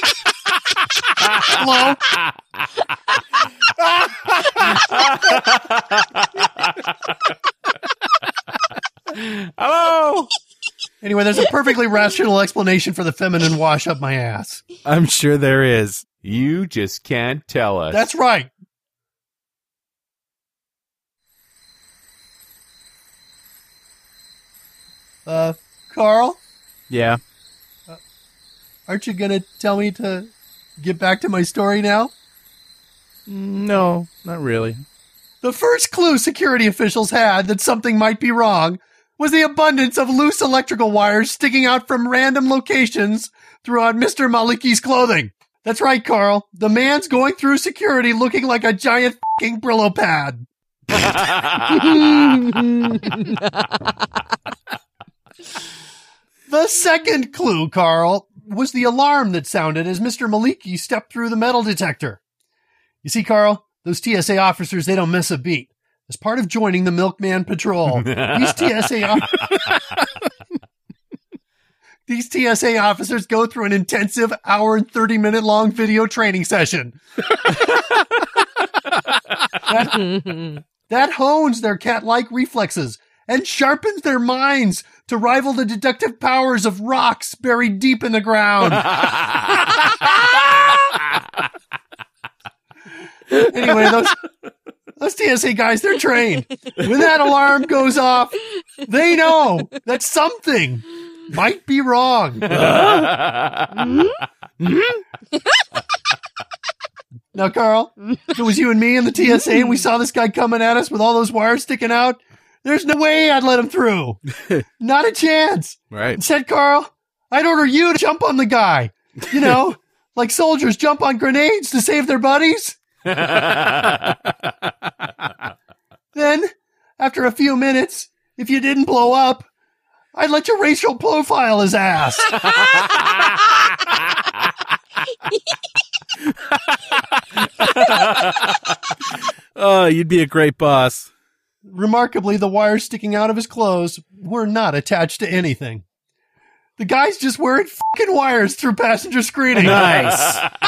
Hello?
Hello!
Anyway, there's a perfectly rational explanation for the feminine wash up my ass.
I'm sure there is.
You just can't tell us.
That's right. Uh, Carl,
Yeah.
aren't you gonna tell me to get back to my story now?
No, not really.
The first clue security officials had that something might be wrong was the abundance of loose electrical wires sticking out from random locations throughout Mr. Maliki's clothing. That's right, Carl. The man's going through security looking like a giant fing Brillo pad. The second clue, Carl, was the alarm that sounded as Mr. Maliki stepped through the metal detector. You see, Carl, those TSA officers, they don't miss a beat. As part of joining the Milkman Patrol, these TSA officers. These TSA officers go through an intensive hour and 30 minute long video training session. that hones their cat like reflexes and sharpens their minds to rival the deductive powers of rocks buried deep in the ground. anyway, those, those TSA guys, they're trained. When that alarm goes off, they know that something might be wrong. Now, Carl, if it was you and me in the TSA and we saw this guy coming at us with all those wires sticking out, There's no way I'd let him through. Not a chance.
Right.
Said Carl, I'd order you to jump on the guy. You know, like soldiers jump on grenades to save their buddies. Then, after a few minutes, if you didn't blow up, I'd let you racial profile his ass.
Oh, you'd be a great boss.
Remarkably, the wires sticking out of his clothes were not attached to anything. The guy's just wearing fucking wires through passenger screening.
Nice.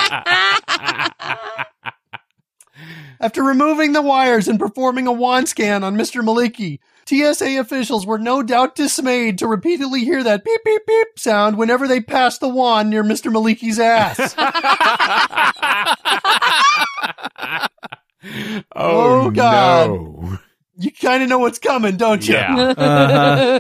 After removing the wires and performing a wand scan on Mr. Maliki, TSA officials were no doubt dismayed to repeatedly hear that beep beep beep sound whenever they passed the wand near Mr. Maliki's ass.
Oh,
Oh, God.
no.
you kind of know what's coming, don't you?
Yeah.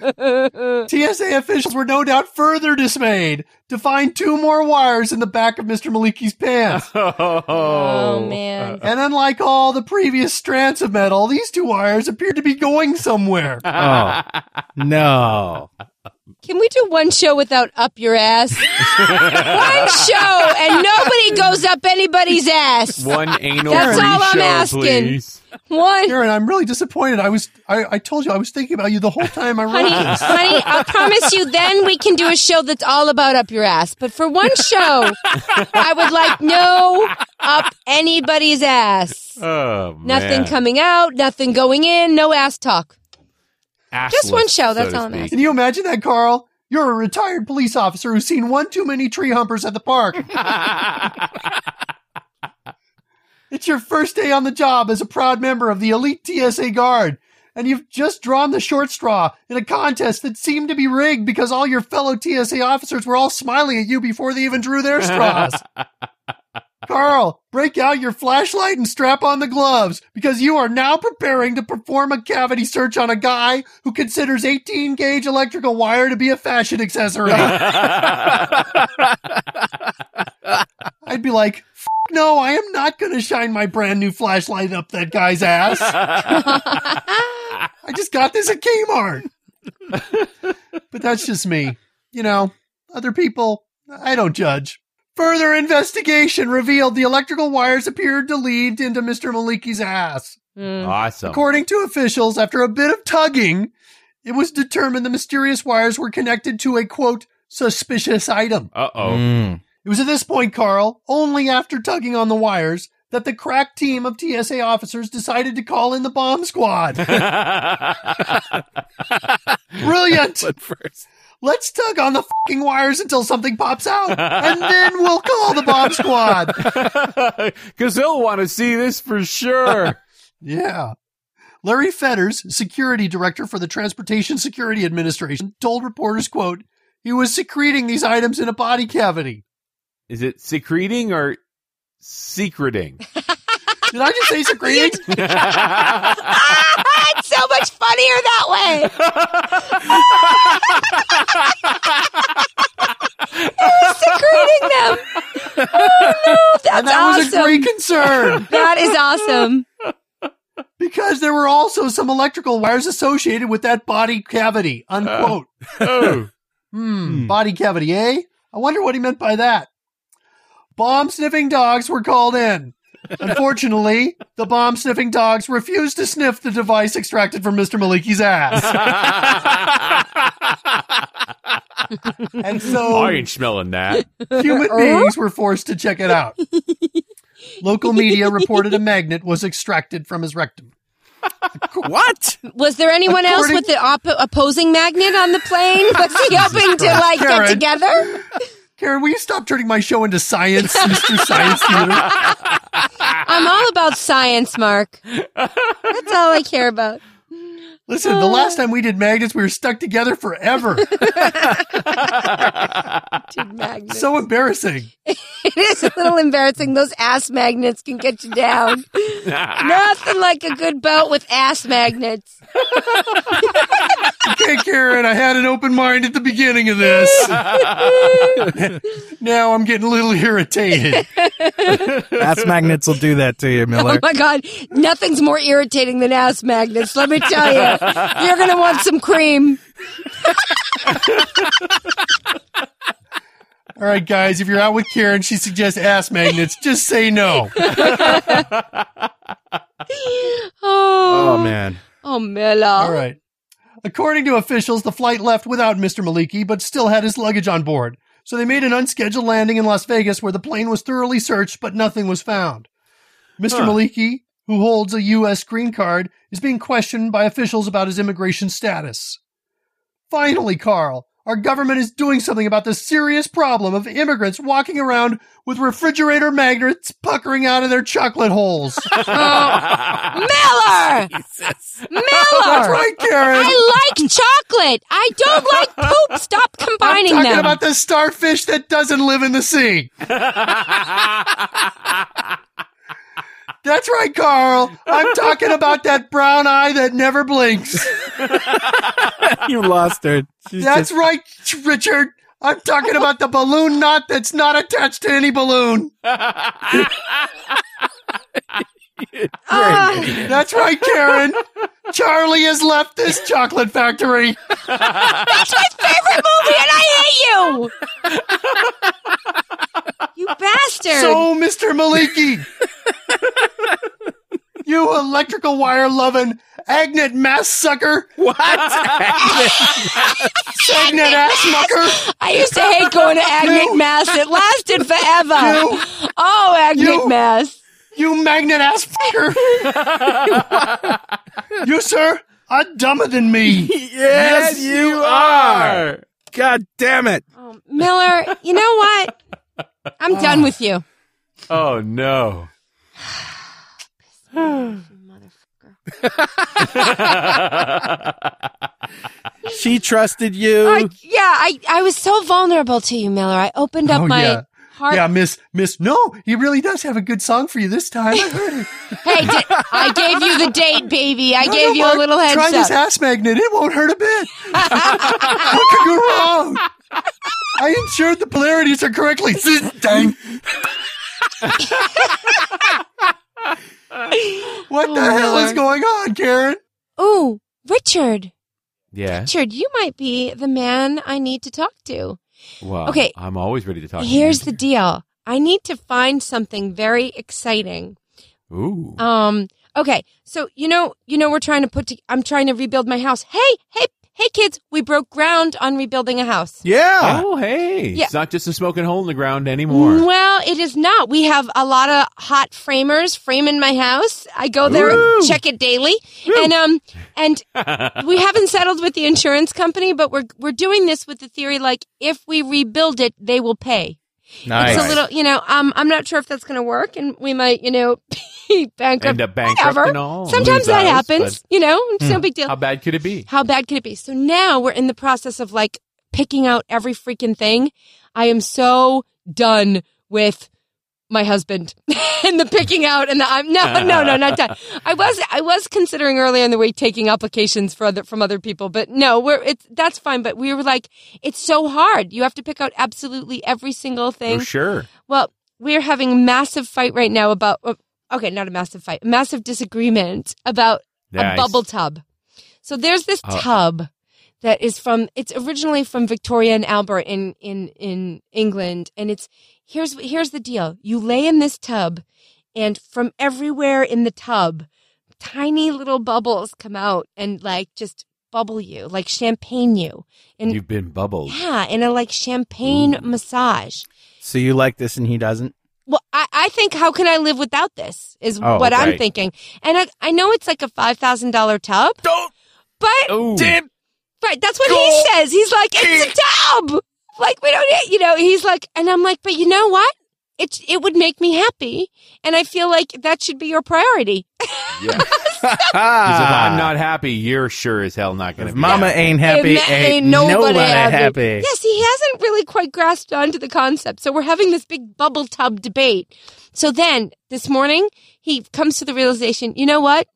TSA officials were no doubt further dismayed to find two more wires in the back of Mr. Maliki's pants.
Oh, man.
and unlike all the previous strands of metal, these two wires appeared to be going somewhere.
Oh, no.
Can we do one show without up your ass? one show and nobody goes up anybody's ass.
One anal
That's
free
all I'm
show,
asking.
please.
One.
Aaron, I'm really disappointed. I was, I, I told you I was thinking about you the whole time I wrote
Honey,
this.
honey, I promise you then we can do a show that's all about up your ass. But for one show, I would like no up anybody's ass.
Oh,
Nothing
man.
coming out, nothing going in, no ass talk. Just one
Assless,
show, that's
so to
all I'm
speak.
Can you imagine that, Carl? You're a retired police officer who's seen one too many tree humpers at the park. it's your first day on the job as a proud member of the elite TSA guard, and you've just drawn the short straw in a contest that seemed to be rigged because all your fellow TSA officers were all smiling at you before they even drew their straws. Carl, break out your flashlight and strap on the gloves because you are now preparing to perform a cavity search on a guy who considers 18 gauge electrical wire to be a fashion accessory. I'd be like, F- no, I am not going to shine my brand new flashlight up that guy's ass. I just got this at Kmart. but that's just me. You know, other people, I don't judge. Further investigation revealed the electrical wires appeared to lead into Mr. Maliki's ass.
Mm.
Awesome.
According to officials, after a bit of tugging, it was determined the mysterious wires were connected to a quote, suspicious item.
Uh oh.
Mm.
It was at this point, Carl, only after tugging on the wires, that the crack team of TSA officers decided to call in the bomb squad.
Mm.
Brilliant!
But first,
Let's tug on the fucking wires until something pops out, and then we'll call the bomb squad.
Because he'll want to see this for sure.
Yeah. Larry Fetters, security director for the Transportation Security Administration, told reporters, quote, he was secreting these items in a body cavity.
Is it secreting or secreting?
Did I just say secreting?
Ah, it's so much funnier that way. Who's secreting them? Oh no, that's
and that was
awesome.
a great concern
that is awesome.
because there were also some electrical wires associated with that body cavity,
Uh,
unquote.
oh.
Hmm, body cavity, eh? I wonder what he meant by that. Bomb sniffing dogs were called in. Unfortunately, the bomb sniffing dogs refused to sniff the device extracted from Mr. Maliki's ass. And so
I ain't smelling that.
human beings were forced to check it out. Local media reported a magnet was extracted from his rectum.
what?
Was there anyone else
According-
with the op- opposing magnet on the plane? Was he hoping to like get
Karen.
together?
Karen, will you stop turning my show into science, Mr. Science Theater?
I'm all about science, Mark. That's all I care about.
Listen, the last time we did magnets, we were stuck together forever.
Dude, magnets.
So embarrassing.
it is a little embarrassing. Those ass magnets can get you down. Nothing like a good boat with ass magnets.
Okay, Karen, Aaron, I had an open mind at the beginning of this. now I'm getting a little irritated.
Ass magnets will do that to you,
Oh
Miller.
my God, nothing's more irritating than ass magnets. Let me tell you, you're going to want some cream.
All right, guys, if you're out with Karen, she suggests ass magnets. Just say no.
Oh,
Oh man.
Oh, Miller.
All right. According to officials, the flight left without Mr. Maliki, but still had his luggage on board. So they made an unscheduled landing in Las Vegas where the plane was thoroughly searched, but nothing was found. Mr. Maliki, who holds a U.S. green card, is being questioned by officials about his immigration status. Finally, Carl, our government is doing something about the serious problem of immigrants walking around with refrigerator magnets puckering out of their chocolate holes.
Miller!
That's
Miller!
right, Karen.
I like chocolate. I don't like poop. Stop
I'm
combining
talking
them.
about the starfish that doesn't live in the sea. That's right, Carl. I'm talking about that brown eye that never blinks.
You lost her. She's
That's
just-
right, Richard. I'm talking about the balloon knot that's not attached to any balloon.
Ah,
That's right, Karen. Charlie has left this chocolate factory.
that's my favorite movie, and I hate you. You bastard.
So, Mr. Maliki, you electrical wire loving agnet mass sucker. What? Sagnet ass mucker.
I used to hate going to Agnet
You-
Mass. It lasted forever.
You,
Oh, Agnet
You-
Mass.
you magnet ass fucker. you, sir, are dumber than me.
Yes, you are. God damn it.
Oh, Miller, you know what? I'm done with you.
Oh no.
Motherfucker.
She trusted you.
I, yeah, I, I was so vulnerable to you, Miller. I opened up
Oh,
my
yeah.
heart.
Yeah, Miss, Miss, no, he really does have a good song for you this time. I heard it.
Hey, di- I gave you the date, baby. I gave you a little heads
Try this
up.
ass magnet. It won't hurt a bit. what could go wrong? I ensured the polarities are correctly. Dang. what the
Oh,
hell is
Lord.
going on, Karen?
Ooh, Richard.
Yeah.
Richard, you might be the man I need to talk to.
Well,
Okay.
I'm always ready to talk. to you.
Here's the deal. I need to find something very exciting.
Ooh.
Um, okay. So, you know, you know, we're trying to put, to- I'm trying to rebuild my house. Hey, hey, hey, kids, we broke ground on rebuilding a house.
yeah.
oh hey.
Yeah.
It's not just a smoking hole in the ground anymore.
Well, it is not. We have a lot of hot framers framing my house. I go there, and check it daily, and um, and we haven't settled with the insurance company, but we're we're doing this with the theory like if we rebuild it, they will pay.
Nice.
It's a little, you know, um, I'm not sure if that's going to work, and we might, you know, be bankrupt.
End up bankrupt
whatever.
and all.
Sometimes
Lose
that
eyes,
happens, you know. It's no big deal.
but How bad could it be?
How bad could it be? So now we're in the process of like picking out every freaking thing. I am so done with my husband and the picking out and the I'm no no no not done. I was I was considering earlier in the week taking applications for other from other people, but no, we're it's that's fine. But we were like, it's so hard. You have to pick out absolutely every single
For
thing.
sure.
Well, we're having a massive fight right now about uh, okay, not a massive fight, a massive disagreement about
Nice.
a bubble tub. So there's this
Uh,
tub that is from it's originally from Victoria and Albert in in in England and it's here's here's the deal. You lay in this tub and from everywhere in the tub tiny little bubbles come out and like just bubble you like champagne you. And
You've been bubbled.
yeah, and a like champagne
Ooh.
massage.
So you like this and he doesn't?
Well, I, I think how can I live without this is
Oh,
what I'm
right.
thinking. And I, I know it's like a five thousand dollar tub.
Don't
but
Ooh.
right, that's what he says. He's like, it's a tub. Like we don't need- you know, he's like and I'm like, but you know what? It it would make me happy. And I feel like that should be your priority.
Yeah. 'Cause if Ah. I'm not happy, you're sure as hell not going to
Ah. If
be.
mama
happy.
ain't happy,
If ma-
ain't, nobody, happy.
Yes, he hasn't really quite grasped onto the concept. So we're having this big bubble tub debate. So then this morning, he comes to the realization, you know what?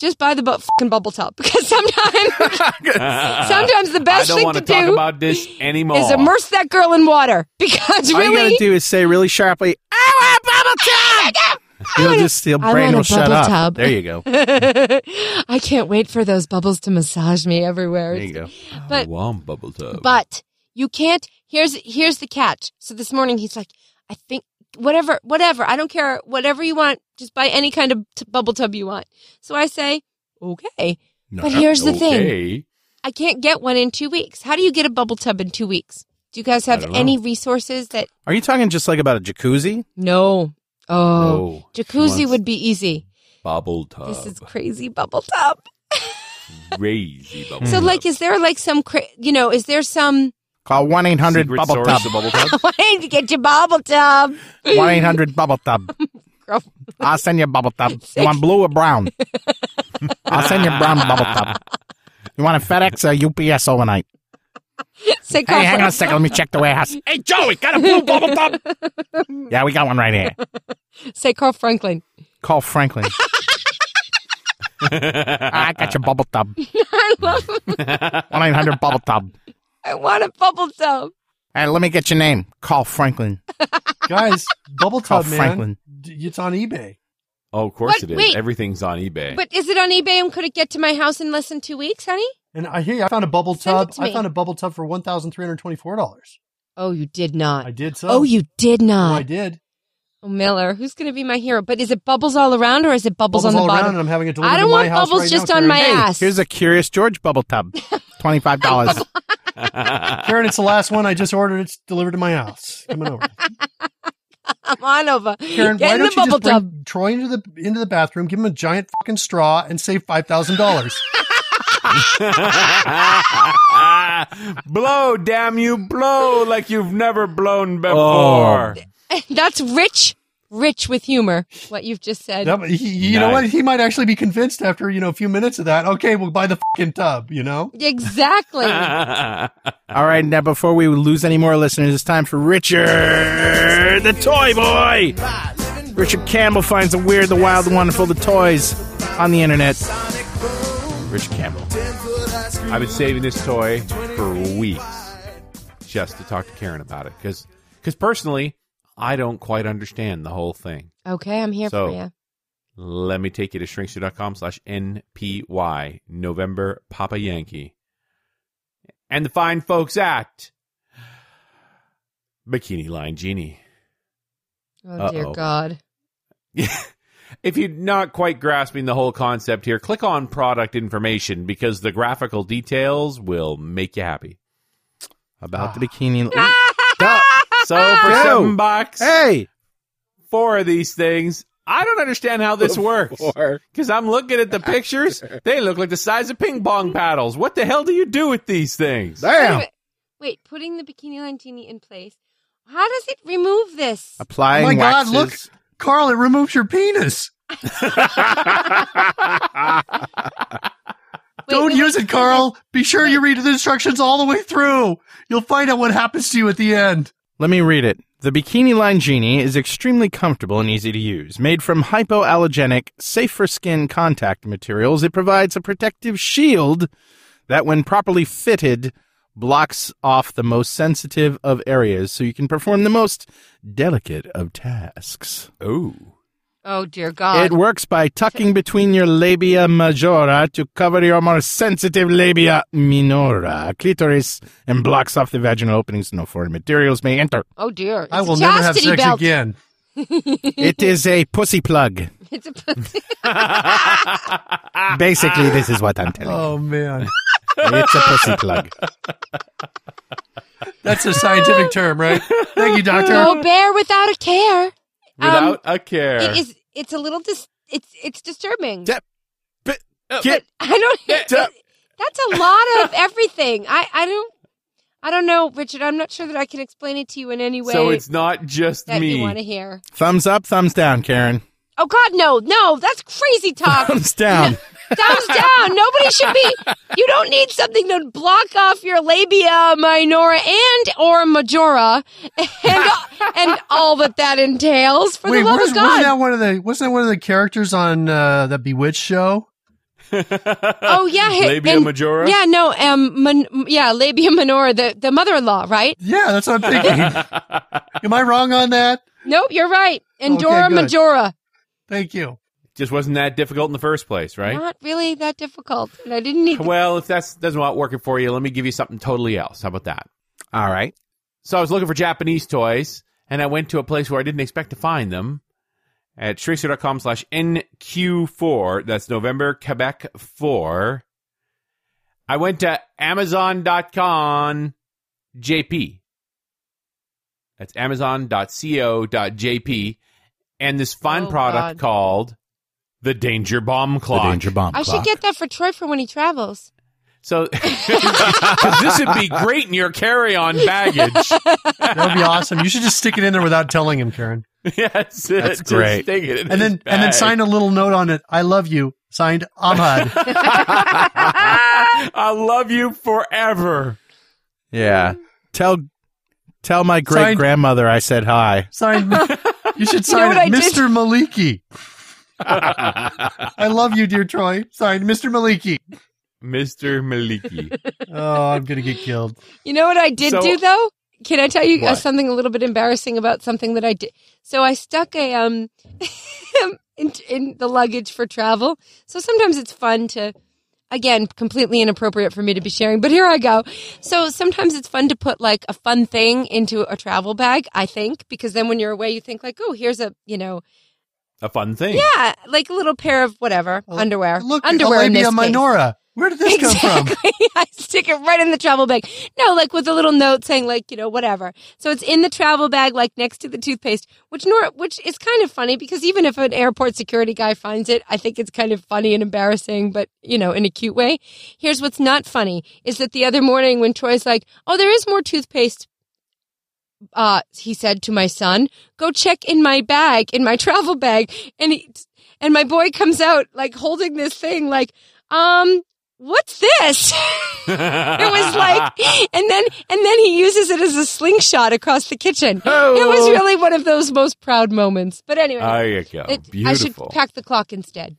just buy the bu- fucking bubble top because sometimes sometimes the
I
best
don't
thing
want
to
to talk
do
about this anymore.
is immerse that girl in water because
All you
really
gotta do is say really sharply, "I want bubble tub." You'll just your
I want
brain
a
will shut
bubble
up.
tub.
There you go.
I can't wait for those bubbles to massage me everywhere.
There you go.
But
Warm bubble tub.
but you can't here's here's the catch so this morning he's like i think whatever whatever i don't care whatever you want just buy any kind of t- bubble tub you want so i say okay
No,
but here's the thing
Okay.
i can't get one in two weeks how do you get a bubble tub in two weeks do you guys have
don't know.
any resources that
Are you talking just like about a jacuzzi?
no oh
Oh,
jacuzzi
wants-
would be easy
bubble tub.
this is crazy bubble tub
crazy bubble
so
tub.
like is there like some cra- you know is there some
Call one eight hundred
Secret
bubble
source
tub.
of bubble tub.
i need to get your bubble tub
One eight hundred bubble tub.
Girl.
I'll send you a bubble tub. You want blue or brown? I'll send you brown bubble tub. You want a FedEx or UPS overnight?
Say
Hey, hang
Crawford.
on a second. Let me check the warehouse. Hey, Joey, got a blue bubble tub? Yeah, we got one right here.
Say Carl Franklin.
Call Franklin. I got your bubble tub.
I love him.
One eight hundred bubble tub.
I want a bubble tub.
Hey, let me get your name. Call Franklin.
Guys, Bubble
Call
Tub, man.
Franklin.
d- It's on eBay.
Oh, of course
What?
it is.
Wait.
Everything's on eBay.
But is it on eBay and could it get to my house in less than two weeks, honey?
And I hear you. I found a bubble
Send it
tub.
to
I
me.
found a bubble tub for one thousand three hundred twenty-four dollars.
Oh, you did not.
I did so.
oh, you did
Oh, I
not.
did.
oh, Miller, who's going to be my hero? But is it bubbles all around or is it bubbles,
Bubbles,
on the
all around, and
bottom?
I'm having it delivered
I don't
to my
want
house
bubbles
right
just
now,
on
Karen.
my ass.
Here's a Curious George bubble tub. Twenty-five dollars.
Karen, it's the last one I just ordered. It's delivered to my house. Come on over,
Come on over.
Karen.
get
why
in
don't
the
you
bubble
just bring
tub.
Troy into the into the bathroom, give him a giant fucking straw, and save five thousand dollars?
blow, damn you, blow like you've never blown before.
That's rich, rich with humor, what you've just said.
That- he- You know what?
Nice.
He might actually be convinced after you know a few minutes of that. Okay, we'll buy the fucking tub. You know,
Exactly.
Oh. All right, now before we lose any more listeners, it's time for Richard, the toy boy. Richard Campbell finds the weird, the wild, the wonderful, the toys on the internet. Richard Campbell.
I've been saving this toy for weeks just to talk to Karen about it because personally, I don't quite understand the whole thing.
okay, I'm here
So-
for you.
Let me take you to shrinkster.com slash NPY, November Papa Yankee. And the fine folks at Bikini Line Genie.
Oh, dear
Uh-oh.
God.
If you're not quite grasping the whole concept here, click on product information because the graphical details will make you happy.
About the bikini.
Ah!
So for
Go.
seven bucks,
hey!
four of these things, I don't understand how this works. Because I'm looking at the pictures, they look like the size of ping pong paddles. What the hell do you do with these things?
Wait, a
Damn!
minute. Wait, putting the bikini line genie in place. How does it remove this?
Applying
Oh my God,
waxes.
look. Carl, it removes your penis.
Wait,
Don't
wait,
use
wait,
it, Carl. Be sure you
Wait.
read the instructions all the way through. You'll find out what happens to you at the end.
Let me read it. The Bikini Line Genie is extremely comfortable and easy to use. Made from hypoallergenic, safe for skin contact materials, it provides a protective shield that, when properly fitted, blocks off the most sensitive of areas so you can perform the most delicate of tasks.
Oh.
Oh dear God!
it works by tucking between your labia majora to cover your more sensitive labia minora, clitoris, and blocks off the vaginal openings so no foreign materials may enter.
oh dear! It's
I
a
will never have
chastity
sex
belt.
again.
it is a pussy plug.
It's a pussy.
Ah, Basically, this is what I'm telling
Oh man,
you. It's a pussy plug.
that's a scientific term, right? Thank you, doctor.
no bear without a care.
Without a care.
Um, It is. It's a little. Dis- it's it's disturbing.
Dep- Get
I don't.
dep-
that's a lot of everything. I I don't. I don't know, Richard. I'm not sure that I can explain it to you in any way
so it's not just
that
me.
you want to hear.
thumbs up, thumbs down, Karen.
Oh God, no, no, that's crazy talk.
Thumbs down.
Thumbs down. Nobody should be. You don't need something to block off your labia minora and or majora, and and all that that entails. For
Wait,
the love
was,
of
wasn't
God,
that one of the wasn't that one of the characters on uh, that Bewitched show?
Oh yeah, he-
Labia
and-
majora?
Yeah, no, um, min, yeah, labia minora, the the mother-in-law, right?
Yeah, that's what I'm thinking. Am I wrong on that?
Nope, you're right.
Okay,
Endora
good.
majora.
Thank you.
Just wasn't that difficult in the first place, right?
Not really that difficult, and I didn't need.
Well, if that's that's not working for you, let me give you something totally else. How about that?
All right.
So I was looking for Japanese toys, and I went to a place where I didn't expect to find them at shriekster.com slash NQ4. That's November Quebec 4. I went to Amazon.com JP. That's Amazon.co.jp. And this fine
Oh, God.
product called the Danger Bomb Clock.
The danger bomb.
I should
clock.
get that for Troy for when he travels.
So 'cause this would be great in your carry-on baggage.
That'd be awesome. You should just stick it in there without telling him, Karen.
yes,
That's
just
great.
stick it in
And then
his
and then
bag.
sign a little note on it. I love you. Signed Ahmad.
I love you forever.
Yeah. Tell tell my great
Signed-
grandmother I said hi.
signed You should sign
what I
it,
did?
Mr. Maliki. I love you, dear Troy. Signed Mr. Maliki.
Mr. Maliki.
Oh, I'm gonna get killed.
You know what I did
So-
do though? Can I tell you uh,
What?
something a little bit embarrassing about something that I did? So I stuck a um in, in the luggage for travel. So sometimes it's fun to again completely inappropriate for me to be sharing, but here I go. So sometimes it's fun to put like a fun thing into a travel bag, I think, because then when you're away you think like, "Oh, here's a, you know,
A fun thing.
yeah, like a little pair of whatever, underwear."
Look,
underwear in
Labia
this case.
Minora. Where did this come from?
Exactly. I stick it right in the travel bag. No, like with a little note saying like, you know, whatever. So it's in the travel bag, like next to the toothpaste, which nor which is kind of funny because even if an airport security guy finds it, I think it's kind of funny and embarrassing, but you know, in a cute way. Here's what's not funny is that the other morning when Troy's like, Oh, there is more toothpaste uh, he said to my son, go check in my bag, in my travel bag. And he, and my boy comes out like holding this thing, like, um, what's this? it was like, and then, and then he uses it as a slingshot across the kitchen. It was really one of those most proud moments. But anyway,
Oh, There you go.
it- I should
Beautiful.
pack the clock instead.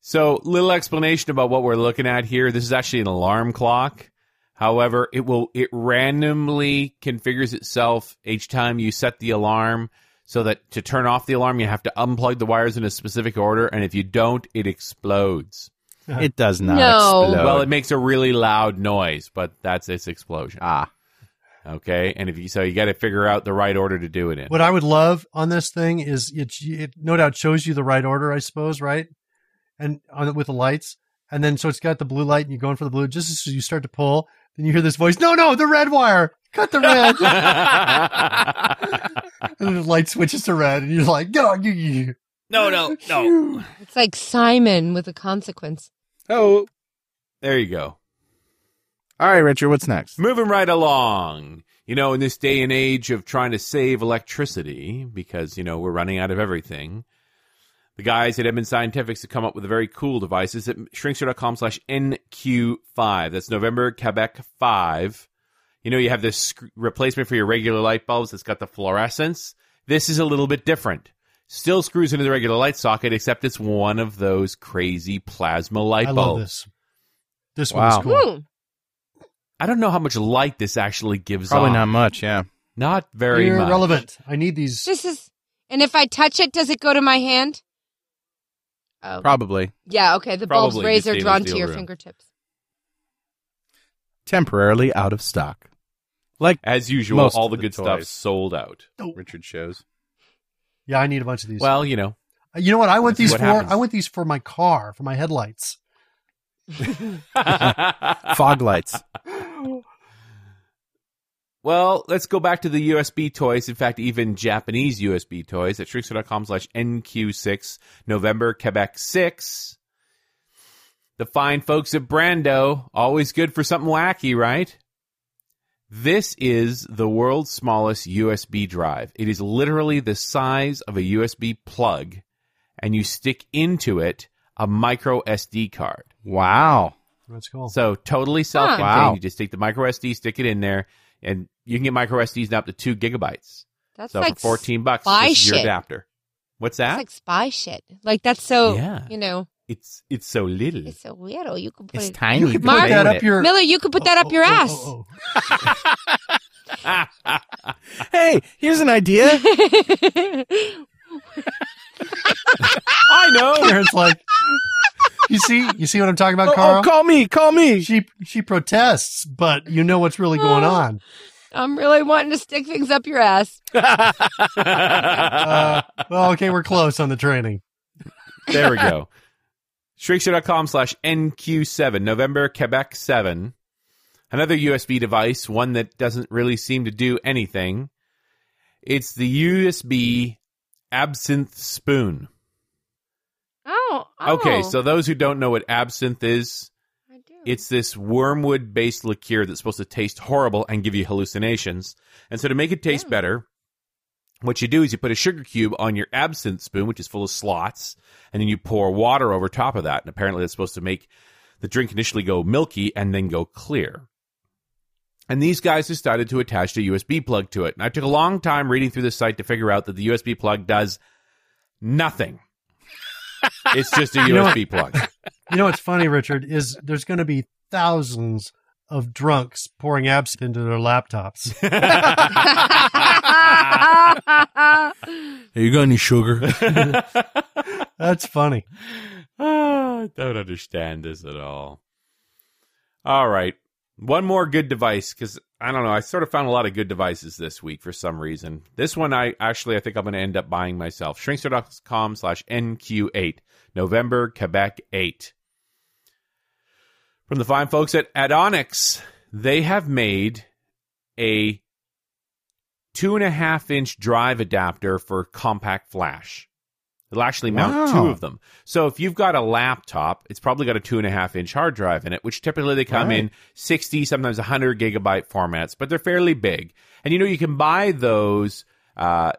So, little explanation about what we're looking at here. This is actually an alarm clock. However, it will it randomly configures itself each time you set the alarm so that to turn off the alarm you have to unplug the wires in a specific order and if you don't it explodes.
It does not
No.
explode.
Well, it makes a really loud noise, but that's its explosion. Ah. Okay, and if you so you got to figure out the right order to do it in.
What I would love on this thing is it, it no doubt shows you the right order, I suppose, right? And on it with the lights, and then so it's got the blue light, and you're going for the blue. Just as you start to pull, then you hear this voice, "No, no, the red wire, cut the red." and then the light switches to red, and you're like, "No, you, you."
no, no, no.
It's like Simon with a consequence.
Oh. There you go.
All right, Richard, what's next?
Moving right along. You know, in this day and age of trying to save electricity, because, you know, we're running out of everything, the guys at Edmund Scientifics have come up with a very cool device. It's at shrinkster.com slash NQ5. That's November Quebec 5. You know, you have this sc- replacement for your regular light bulbs that's got the fluorescence. This is a little bit different. Still screws into the regular light socket, except it's one of those crazy plasma light
I
bulbs.
love this. This
Wow.
one's
Hmm.
cool.
Ooh.
I don't know how much light this actually gives
Probably
off.
not much, yeah.
Not very
You're
much.
irrelevant. I need these.
This is, and if I touch it, does it go to my hand? Oh,
Probably.
yeah. Okay. The bulb's
Probably,
rays
just
are
stainless
drawn to
steel
your
room.
fingertips.
Temporarily out of stock. Like
As usual,
Most
all
of
the
the
good stuff
toys.
sold out.
Richard shows.
yeah, I need a bunch of these. Uh,
Well, you know,
you know what? I want
let's see
these for.
what happens.
I want these for my car, for my headlights.
Fog lights.
well, let's go back to the USB toys. In fact, even Japanese USB toys at trickster.com slash NQ6, November, Quebec 6. The fine folks at Brando, always good for something wacky, right? This is the world's smallest USB drive. It is literally the size of a USB plug, and you stick into it a micro SD card.
Wow.
That's cool.
So totally self-contained.
Wow.
You just take the micro SD, stick it in there, and you can get micro SDs now up to two gigabytes.
That's
so
like
for fourteen bucks,
spy
this is your
shit.
adapter. What's that?
It's like spy shit. Like that's so
Yeah.
you know
it's it's so little.
it's so weirdo. You could put
It's
it.
tiny.
You could
Mark-
put that
Ain't
up
it?
your.
Miller, you could put that up your
Oh, oh,
ass.
oh, oh.
Hey, here's an idea.
oh, I know.
Karen's like, you see, you see what I'm talking about,
Oh,
Carl?
oh, call me, call me.
She she protests, but you know what's really going
Oh.
on.
I'm really wanting to stick things up your ass.
Uh, well, okay, we're close on the training.
there we go. Shriekster.com slash NQ7, November, Quebec 7. Another USB device, one that doesn't really seem to do anything. It's the USB absinthe spoon.
Oh,
Okay,
oh.
so those who don't know what absinthe is,
I do.
It's this wormwood based liqueur that's supposed to taste horrible and give you hallucinations. And so to make it taste
Yeah.
better, what you do is you put a sugar cube on your absinthe spoon, which is full of slots, and then you pour water over top of that. And apparently that's supposed to make the drink initially go milky and then go clear. And these guys decided to attach a USB plug to it. And I took a long time reading through this site to figure out that the USB plug does nothing. it's just a
You know
USB plug.
You know what's funny, Richard, is there's going to be thousands of drunks pouring absinthe into their laptops.
Hey, you got any sugar?
That's funny.
Ah, I don't understand this at all. All right. One more good device because I don't know. I sort of found a lot of good devices this week for some reason. This one, I actually, I think I'm going to end up buying myself. Shrinkster.com slash NQ8, November, Quebec 8. From the fine folks at Adonix, they have made a two and a half inch drive adapter for compact flash. It'll actually mount
Wow.
two of them. So if you've got a laptop, it's probably got a two and a half inch hard drive in it, which typically they come in 60, sometimes 100 gigabyte formats, but they're fairly big. And you know, you can buy those uh,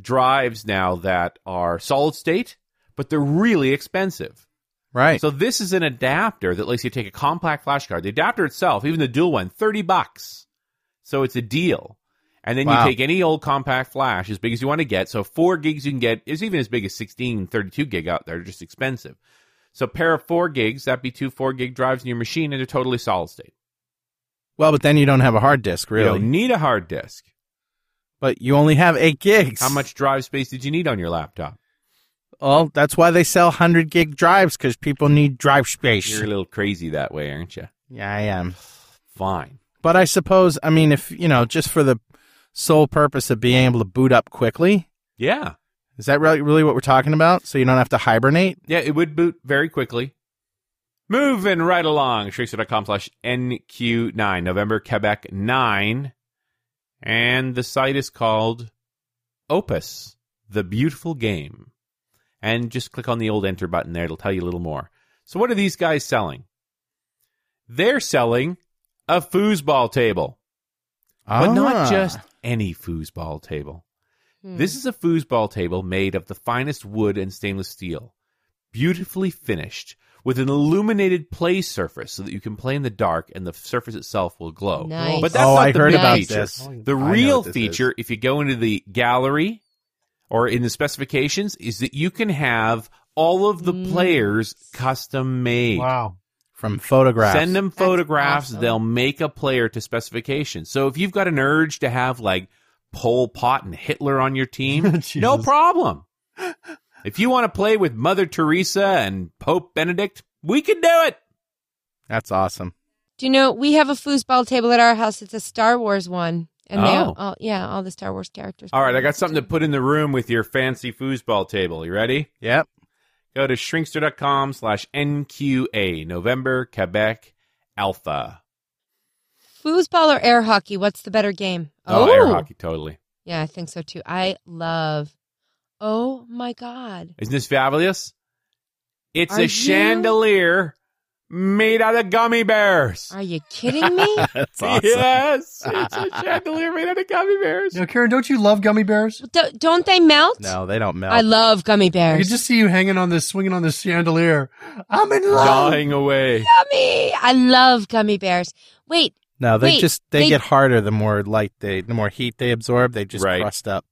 drives now that are solid state, but they're really expensive.
right.
So this is an adapter that lets you take a compact flash card. The adapter itself, even the dual one, 30 bucks. So it's a deal. And then
Wow.
you take any old compact flash as big as you want to get. So 4 gigs you can get is even as big as 16, 32 gig out there, just expensive. So pair of 4 gigs, that'd be two 4 gig drives in your machine and they're totally solid state.
well, but then you don't have a hard disk,
You
really.
don't need a hard disk.
but you only have eight gigs.
How much drive space did you need on your laptop?
Well, that's why they sell 100 gig drives because people need drive space.
You're a little crazy that way, aren't you?
yeah, I am.
Fine.
But I suppose, I mean, if, you know, just for the sole purpose of being able to boot up quickly,
Yeah.
is that really, really what we're talking about? So you don't have to hibernate?
Yeah, it would boot very quickly. Moving right along. Shriekster.com slash NQ9, November, Quebec 9. And the site is called Opus, the beautiful game. And just click on the old enter button there. It'll tell you a little more. So, what are these guys selling? They're selling a foosball table, but
Ah.
not just any foosball table.
Hmm.
This is a foosball table made of the finest wood and stainless steel, beautifully finished, with an illuminated play surface so that you can play in the dark and the surface itself will glow.
Nice.
But that's
oh,
not
I
the
heard
main
about
feature.
this.
The
I know what
real
this is.
feature, if you go into the gallery or in the specifications, is that you can have all of the
Mm.
players custom made.
Wow.
From photographs.
Send them
That's
photographs.
awesome.
They'll make a player to specifications. So if you've got an urge to have like Pol Pot and Hitler on your team,
Jesus.
no problem. If you want to play with Mother Teresa and Pope Benedict, we can do it.
That's awesome.
Do you know we have a foosball table at our house? It's a Star Wars one, and they
Oh.
all, yeah, all the Star Wars characters.
All right, I got something to put in the room with your fancy foosball table. You ready?
Yep.
Go to shrinkster.com slash NQA, November, Quebec, Alpha.
Foosball or air hockey? What's the better game?
Oh, air hockey, totally.
Yeah, I think so too. I love. Oh my god!
Isn't this fabulous? It's
Are
a
you-
chandelier made out of gummy bears.
Are you kidding me?
That's awesome.
Yes, it's a chandelier made out of gummy bears.
Now, Karen, don't you love gummy bears?
Do, don't they melt?
No, they don't melt.
I love gummy
I could
bears.
just see you hanging on this, swinging on this chandelier. I'm in love.
Dying away.
Gummy. I love gummy bears. Wait,
no, they
Wait,
just they,
they-
get harder the more light they the more heat they absorb, they just
Right.
crust up.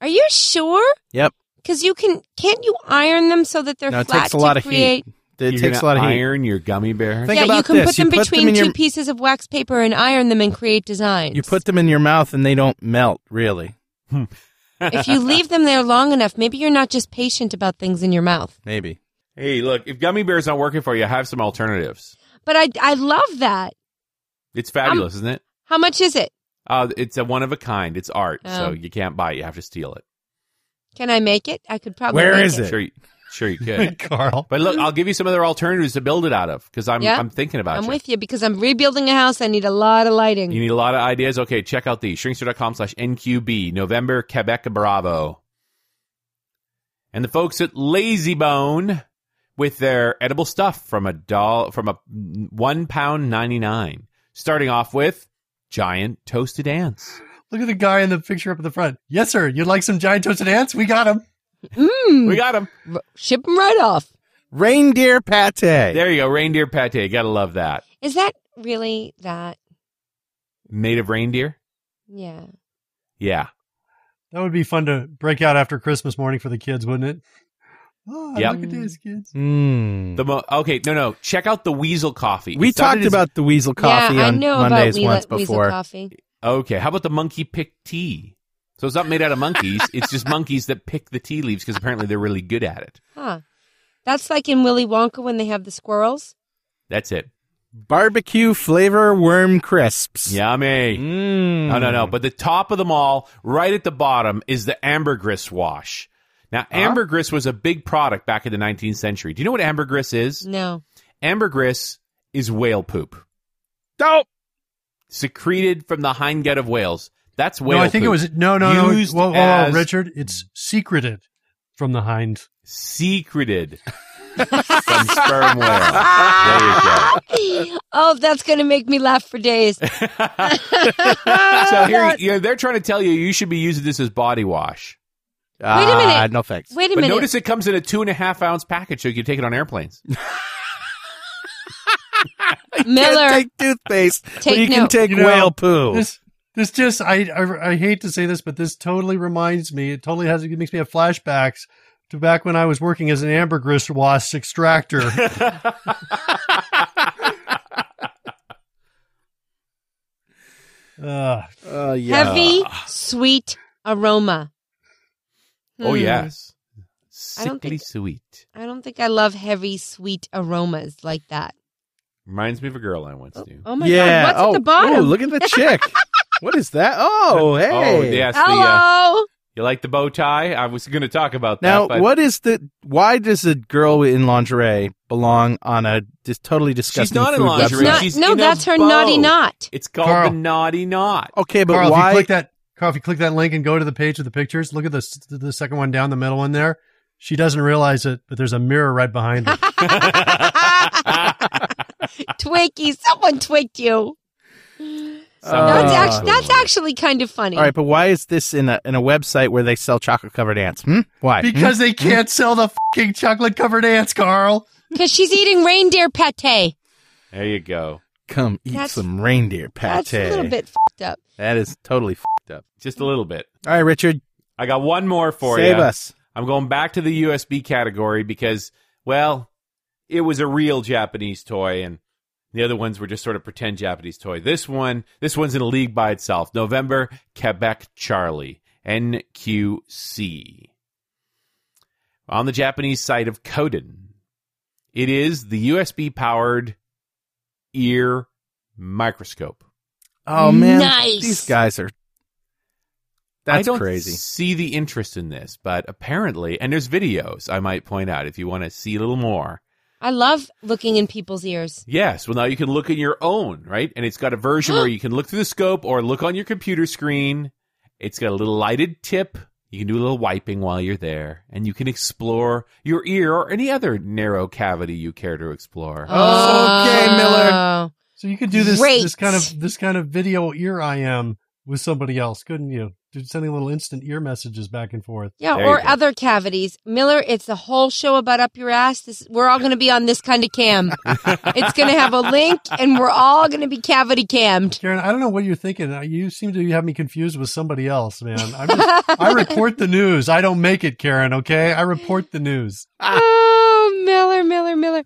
are you sure?
Yep.
Because you can can't you iron them so that they're
No, it
flat
takes a lot
to
of
create?
heat. It
You're
takes a
gonna
lot of heat.
iron your gummy bear.
Think
yeah, you
about
can
this.
put
You
them
put them
between
in your-
two pieces of wax paper and iron them and create designs.
You put them in your mouth and they don't melt, really.
if you leave them there long enough, maybe you're not just patient about things in your mouth.
Maybe.
Hey, look, if gummy bear's not working for you, have some alternatives.
But I I love that.
It's fabulous, isn't it?
How much is it?
Uh, it's a one of a kind. It's art, so
Oh.
you can't buy it. You have to steal it.
Can I make it? I could probably.
Where
make
is it?
Sure, you, sure you could.
Carl.
But look, I'll give you some other alternatives to build it out of because I'm
Yeah?
I'm thinking about
I'm
you.
with you because I'm rebuilding a house. I need a lot of lighting.
You need a lot of ideas. Okay, check out these shrinkster.com slash NQB, November, Quebec Bravo. And the folks at Lazy Bone with their edible stuff from a doll from a one pound ninety nine. Starting off with giant toasted ants.
Look at the guy in the picture up at the front. Yes, sir. You'd like some giant toasted ants? We got him.
Mm,
We got them.
r- ship them right off.
Reindeer pate.
There you go, reindeer pate. Gotta love that.
Is that really that?
Made of reindeer.
Yeah.
Yeah,
That would be fun to break out after Christmas morning for the kids, wouldn't it? Oh,
Yep.
look at this, kids.
Mm.
the mo- okay. No, no. Check out the Weasel coffee.
we
It's not as-
talked about the weasel coffee
yeah,
on
I know about
Mondays
Weasel-
once
Weasel
before.
coffee.
Okay, how about the monkey pick tea? So it's not made out of monkeys. it's just monkeys that pick the tea leaves because apparently they're really good at it.
Huh. That's like in Willy Wonka when they have the squirrels.
That's it.
Barbecue flavor worm crisps.
Yummy.
Mm.
No, no, no. But the top of them all, right at the bottom, is the ambergris wash. Now, ambergris was a big product back in the 19th century. Do you know what ambergris is?
No.
Ambergris is whale poop
Dope.
secreted from the hind gut of whales. That's whale.
no, I think
poop.
it was no, no, no.
Used
Whoa, whoa, whoa,
as-
Richard, it's secreted from the hind.
secreted from sperm whale. There you go.
oh, that's going to make me laugh for days.
so
Oh,
here, you know, they're trying to tell you you should be using this as body wash.
Wait a minute.
Ah, no thanks.
Wait a
But
minute. Hmm.
notice it comes in a two and a half ounce package, so you can take it on airplanes.
Miller.
Can't take toothpaste. but
Take
you can
note.
take
You know,
whale
Oh.
poo.
This, this just, I, I, I hate to say this, but this totally reminds me. It totally has, it makes me have flashbacks to back when I was working as an ambergris wasp extractor. uh,
Uh, yeah.
Heavy, sweet aroma.
Oh
Hmm.
yes,
I don't
sickly
think-
sweet.
I don't think I love heavy, sweet aromas like that.
Reminds me of a girl I once knew.
Oh my
yeah.
God. What's
oh,
at the bottom?
ooh, look at the chick. what is that? Oh, hey.
Oh yes, the, uh,
Hello.
you like the bow tie? I was going to talk about that.
Now,
but
what is the? Why does a girl in lingerie belong on a dis- totally disgusting?
not in
food
lingerie.
It's
Drew,
website?
not,
she's
no,
in a
that's her
bow.
naughty knot.
It's called
Carl.
the naughty knot.
Okay, but
Carl, if
why?
you click that, Carl, if you click that link and go to the page with the pictures, look at the s- the second one down, the middle one there. She doesn't realize it, but there's a mirror right behind her.
Twinkie, someone twinked you.
Uh,
That's,
Something's
actually, that's
going on.
actually kind of funny.
all right, but why is this in a in a website where they sell chocolate covered ants? Hmm? Why?
because they
Hmm?
can't sell the fucking chocolate covered ants, Carl.
Because she's eating reindeer pate.
There you go.
Hmm? come eat
That's-
some reindeer pate.
That's a little bit fucked up.
That is totally fucked up.
Just a little bit.
All right, Richard,
I got one more for you.
save us.
I'm going back to the USB category because, well, it was a real Japanese toy, and the other ones were just sort of pretend Japanese toy. This one, this one's in a league by itself. November Quebec Charlie NQC on the Japanese site of Koden. It is the USB powered ear microscope.
Oh man,
Nice.
these guys are.
I
That's
don't
crazy.
See the interest in this, but apparently, and there's videos I might point out if you want to see a little more.
I love looking in people's ears.
Yes. Well, now you can look in your own, right? And it's got a version where you can look through the scope or look on your computer screen. It's got a little lighted tip. You can do a little wiping while you're there, and you can explore your ear or any other narrow cavity you care to
Oh.
explore.
Okay, Miller.
So you could do this
Great.
this kind of this kind of video ear I am with somebody else, couldn't you? They're sending little instant ear messages back and forth.
Yeah,
There you
or
go.
other cavities. Miller, it's a whole show about up your ass. This we're all going to be on this kind of cam. it's going to have a link, and we're all going to be cavity cammed.
Karen, I don't know what you're thinking. Uh, You seem to have me confused with somebody else, man. I'm just, I report the news. I don't make it, Karen. Okay, I report the news.
Oh, Miller, Miller, Miller.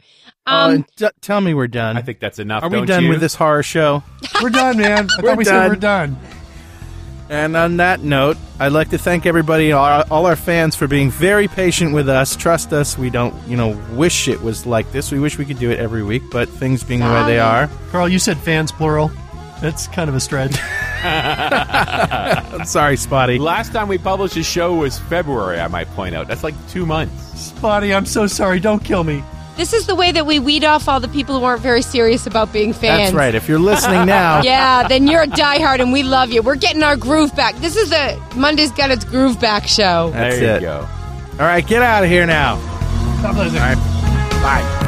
Uh,
Um,
d- tell me we're done.
I think that's enough.
Are we
don't
done
you?
with this horror show?
We're done, man. I
We're
thought we
done.
said we're done.
And on that note, I'd like to thank everybody, all, all our fans, for being very patient with us. Trust us, we don't, you know, wish it was like this. We wish we could do it every week, but things being the way they are,
Carl, you said fans plural. That's kind of a stretch.
I'm sorry, Spotty.
Last time we published a show was February. I might point out that's like two months.
Spotty, I'm so sorry. Don't kill me.
this is the way that we weed off all the people who aren't very serious about being fans.
That's right. If you're listening now,
Yeah, then you're a diehard, and we love you. We're getting our groove back. This is the Monday's Got Its Groove Back show.
that's
there you
it.
go.
All right, get out of here now.
God bless you.
Bye.